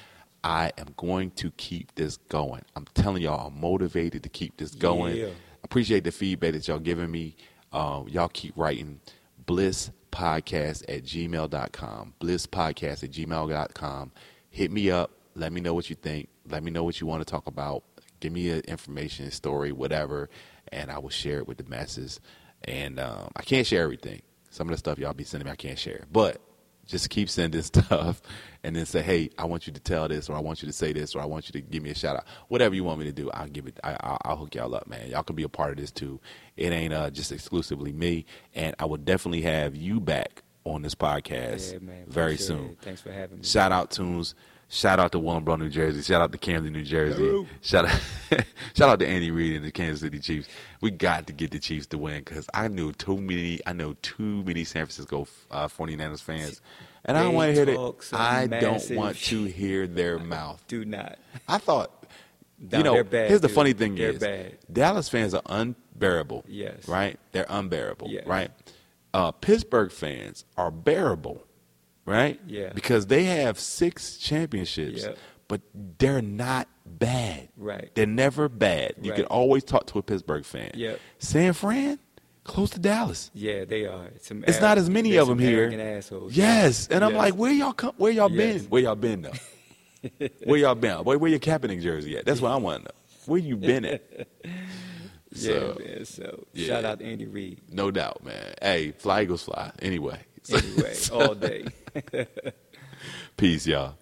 Speaker 1: I am going to keep this going. I'm telling y'all, I'm motivated to keep this going
Speaker 2: Yeah.
Speaker 1: appreciate the feedback that y'all giving me. Um, y'all keep writing. Bliss blisspodcast at gmail.com. Blisspodcast at gmail.com. Hit me up. Let me know what you think. Let me know what you want to talk about. Give me an information, story, whatever, and I will share it with the masses. And um, I can't share everything. Some of the stuff y'all be sending me, I can't share. But just keep sending <laughs> stuff and then say, hey, I want you to tell this, or I want you to say this, or I want you to give me a shout out. Whatever you want me to do, I'll give it. I, I'll, I'll hook y'all up, man. Y'all can be a part of this too. It ain't uh, just exclusively me, and I will definitely have you back on this podcast
Speaker 2: Yeah, man.
Speaker 1: very
Speaker 2: appreciate
Speaker 1: soon.
Speaker 2: it. Thanks for having me.
Speaker 1: Shout out Tunes. Shout out to Willowbro, New Jersey. Shout out to Camden, New Jersey.
Speaker 2: Hello.
Speaker 1: Shout out, <laughs> shout out to Andy Reid and the Kansas City Chiefs. We got to get the Chiefs to win because I knew too many. I know too many San Francisco uh, 49ers fans, and I don't
Speaker 2: They
Speaker 1: want to hear
Speaker 2: talk
Speaker 1: it.
Speaker 2: some
Speaker 1: I don't
Speaker 2: massive
Speaker 1: want to hear their mouth.
Speaker 2: Do not.
Speaker 1: I thought,
Speaker 2: No,
Speaker 1: you know,
Speaker 2: they're bad,
Speaker 1: here's the
Speaker 2: dude.
Speaker 1: funny thing
Speaker 2: They're
Speaker 1: is,
Speaker 2: bad.
Speaker 1: Dallas fans are unbearable.
Speaker 2: Yes.
Speaker 1: <laughs> Right? They're unbearable.
Speaker 2: Yes.
Speaker 1: Right? Uh, Pittsburgh fans are bearable. Right?
Speaker 2: Yeah.
Speaker 1: Because they have six championships,
Speaker 2: Yep.
Speaker 1: but they're not bad.
Speaker 2: Right.
Speaker 1: They're never bad. You can
Speaker 2: Right.
Speaker 1: always talk to a Pittsburgh fan.
Speaker 2: Yep.
Speaker 1: San Fran, close to Dallas.
Speaker 2: Yeah, they are. Some
Speaker 1: It's not as many
Speaker 2: they're
Speaker 1: of 'em
Speaker 2: some
Speaker 1: here.
Speaker 2: arrogant Assholes.
Speaker 1: Yes, and I'm
Speaker 2: Yes.
Speaker 1: like, where y'all come? Where y'all
Speaker 2: Yes.
Speaker 1: been? Where y'all been though?
Speaker 2: <laughs>
Speaker 1: where y'all been? Where, where your Kaepernick jersey at? That's what I want to know. Where you been
Speaker 2: <laughs>
Speaker 1: at?
Speaker 2: yeah,
Speaker 1: so
Speaker 2: man. So
Speaker 1: yeah.
Speaker 2: shout out
Speaker 1: <laughs>
Speaker 2: Andy Reid.
Speaker 1: no doubt, man. Hey, fly Eagles fly. Anyway,
Speaker 2: Anyway, all day.
Speaker 1: peace, y'all.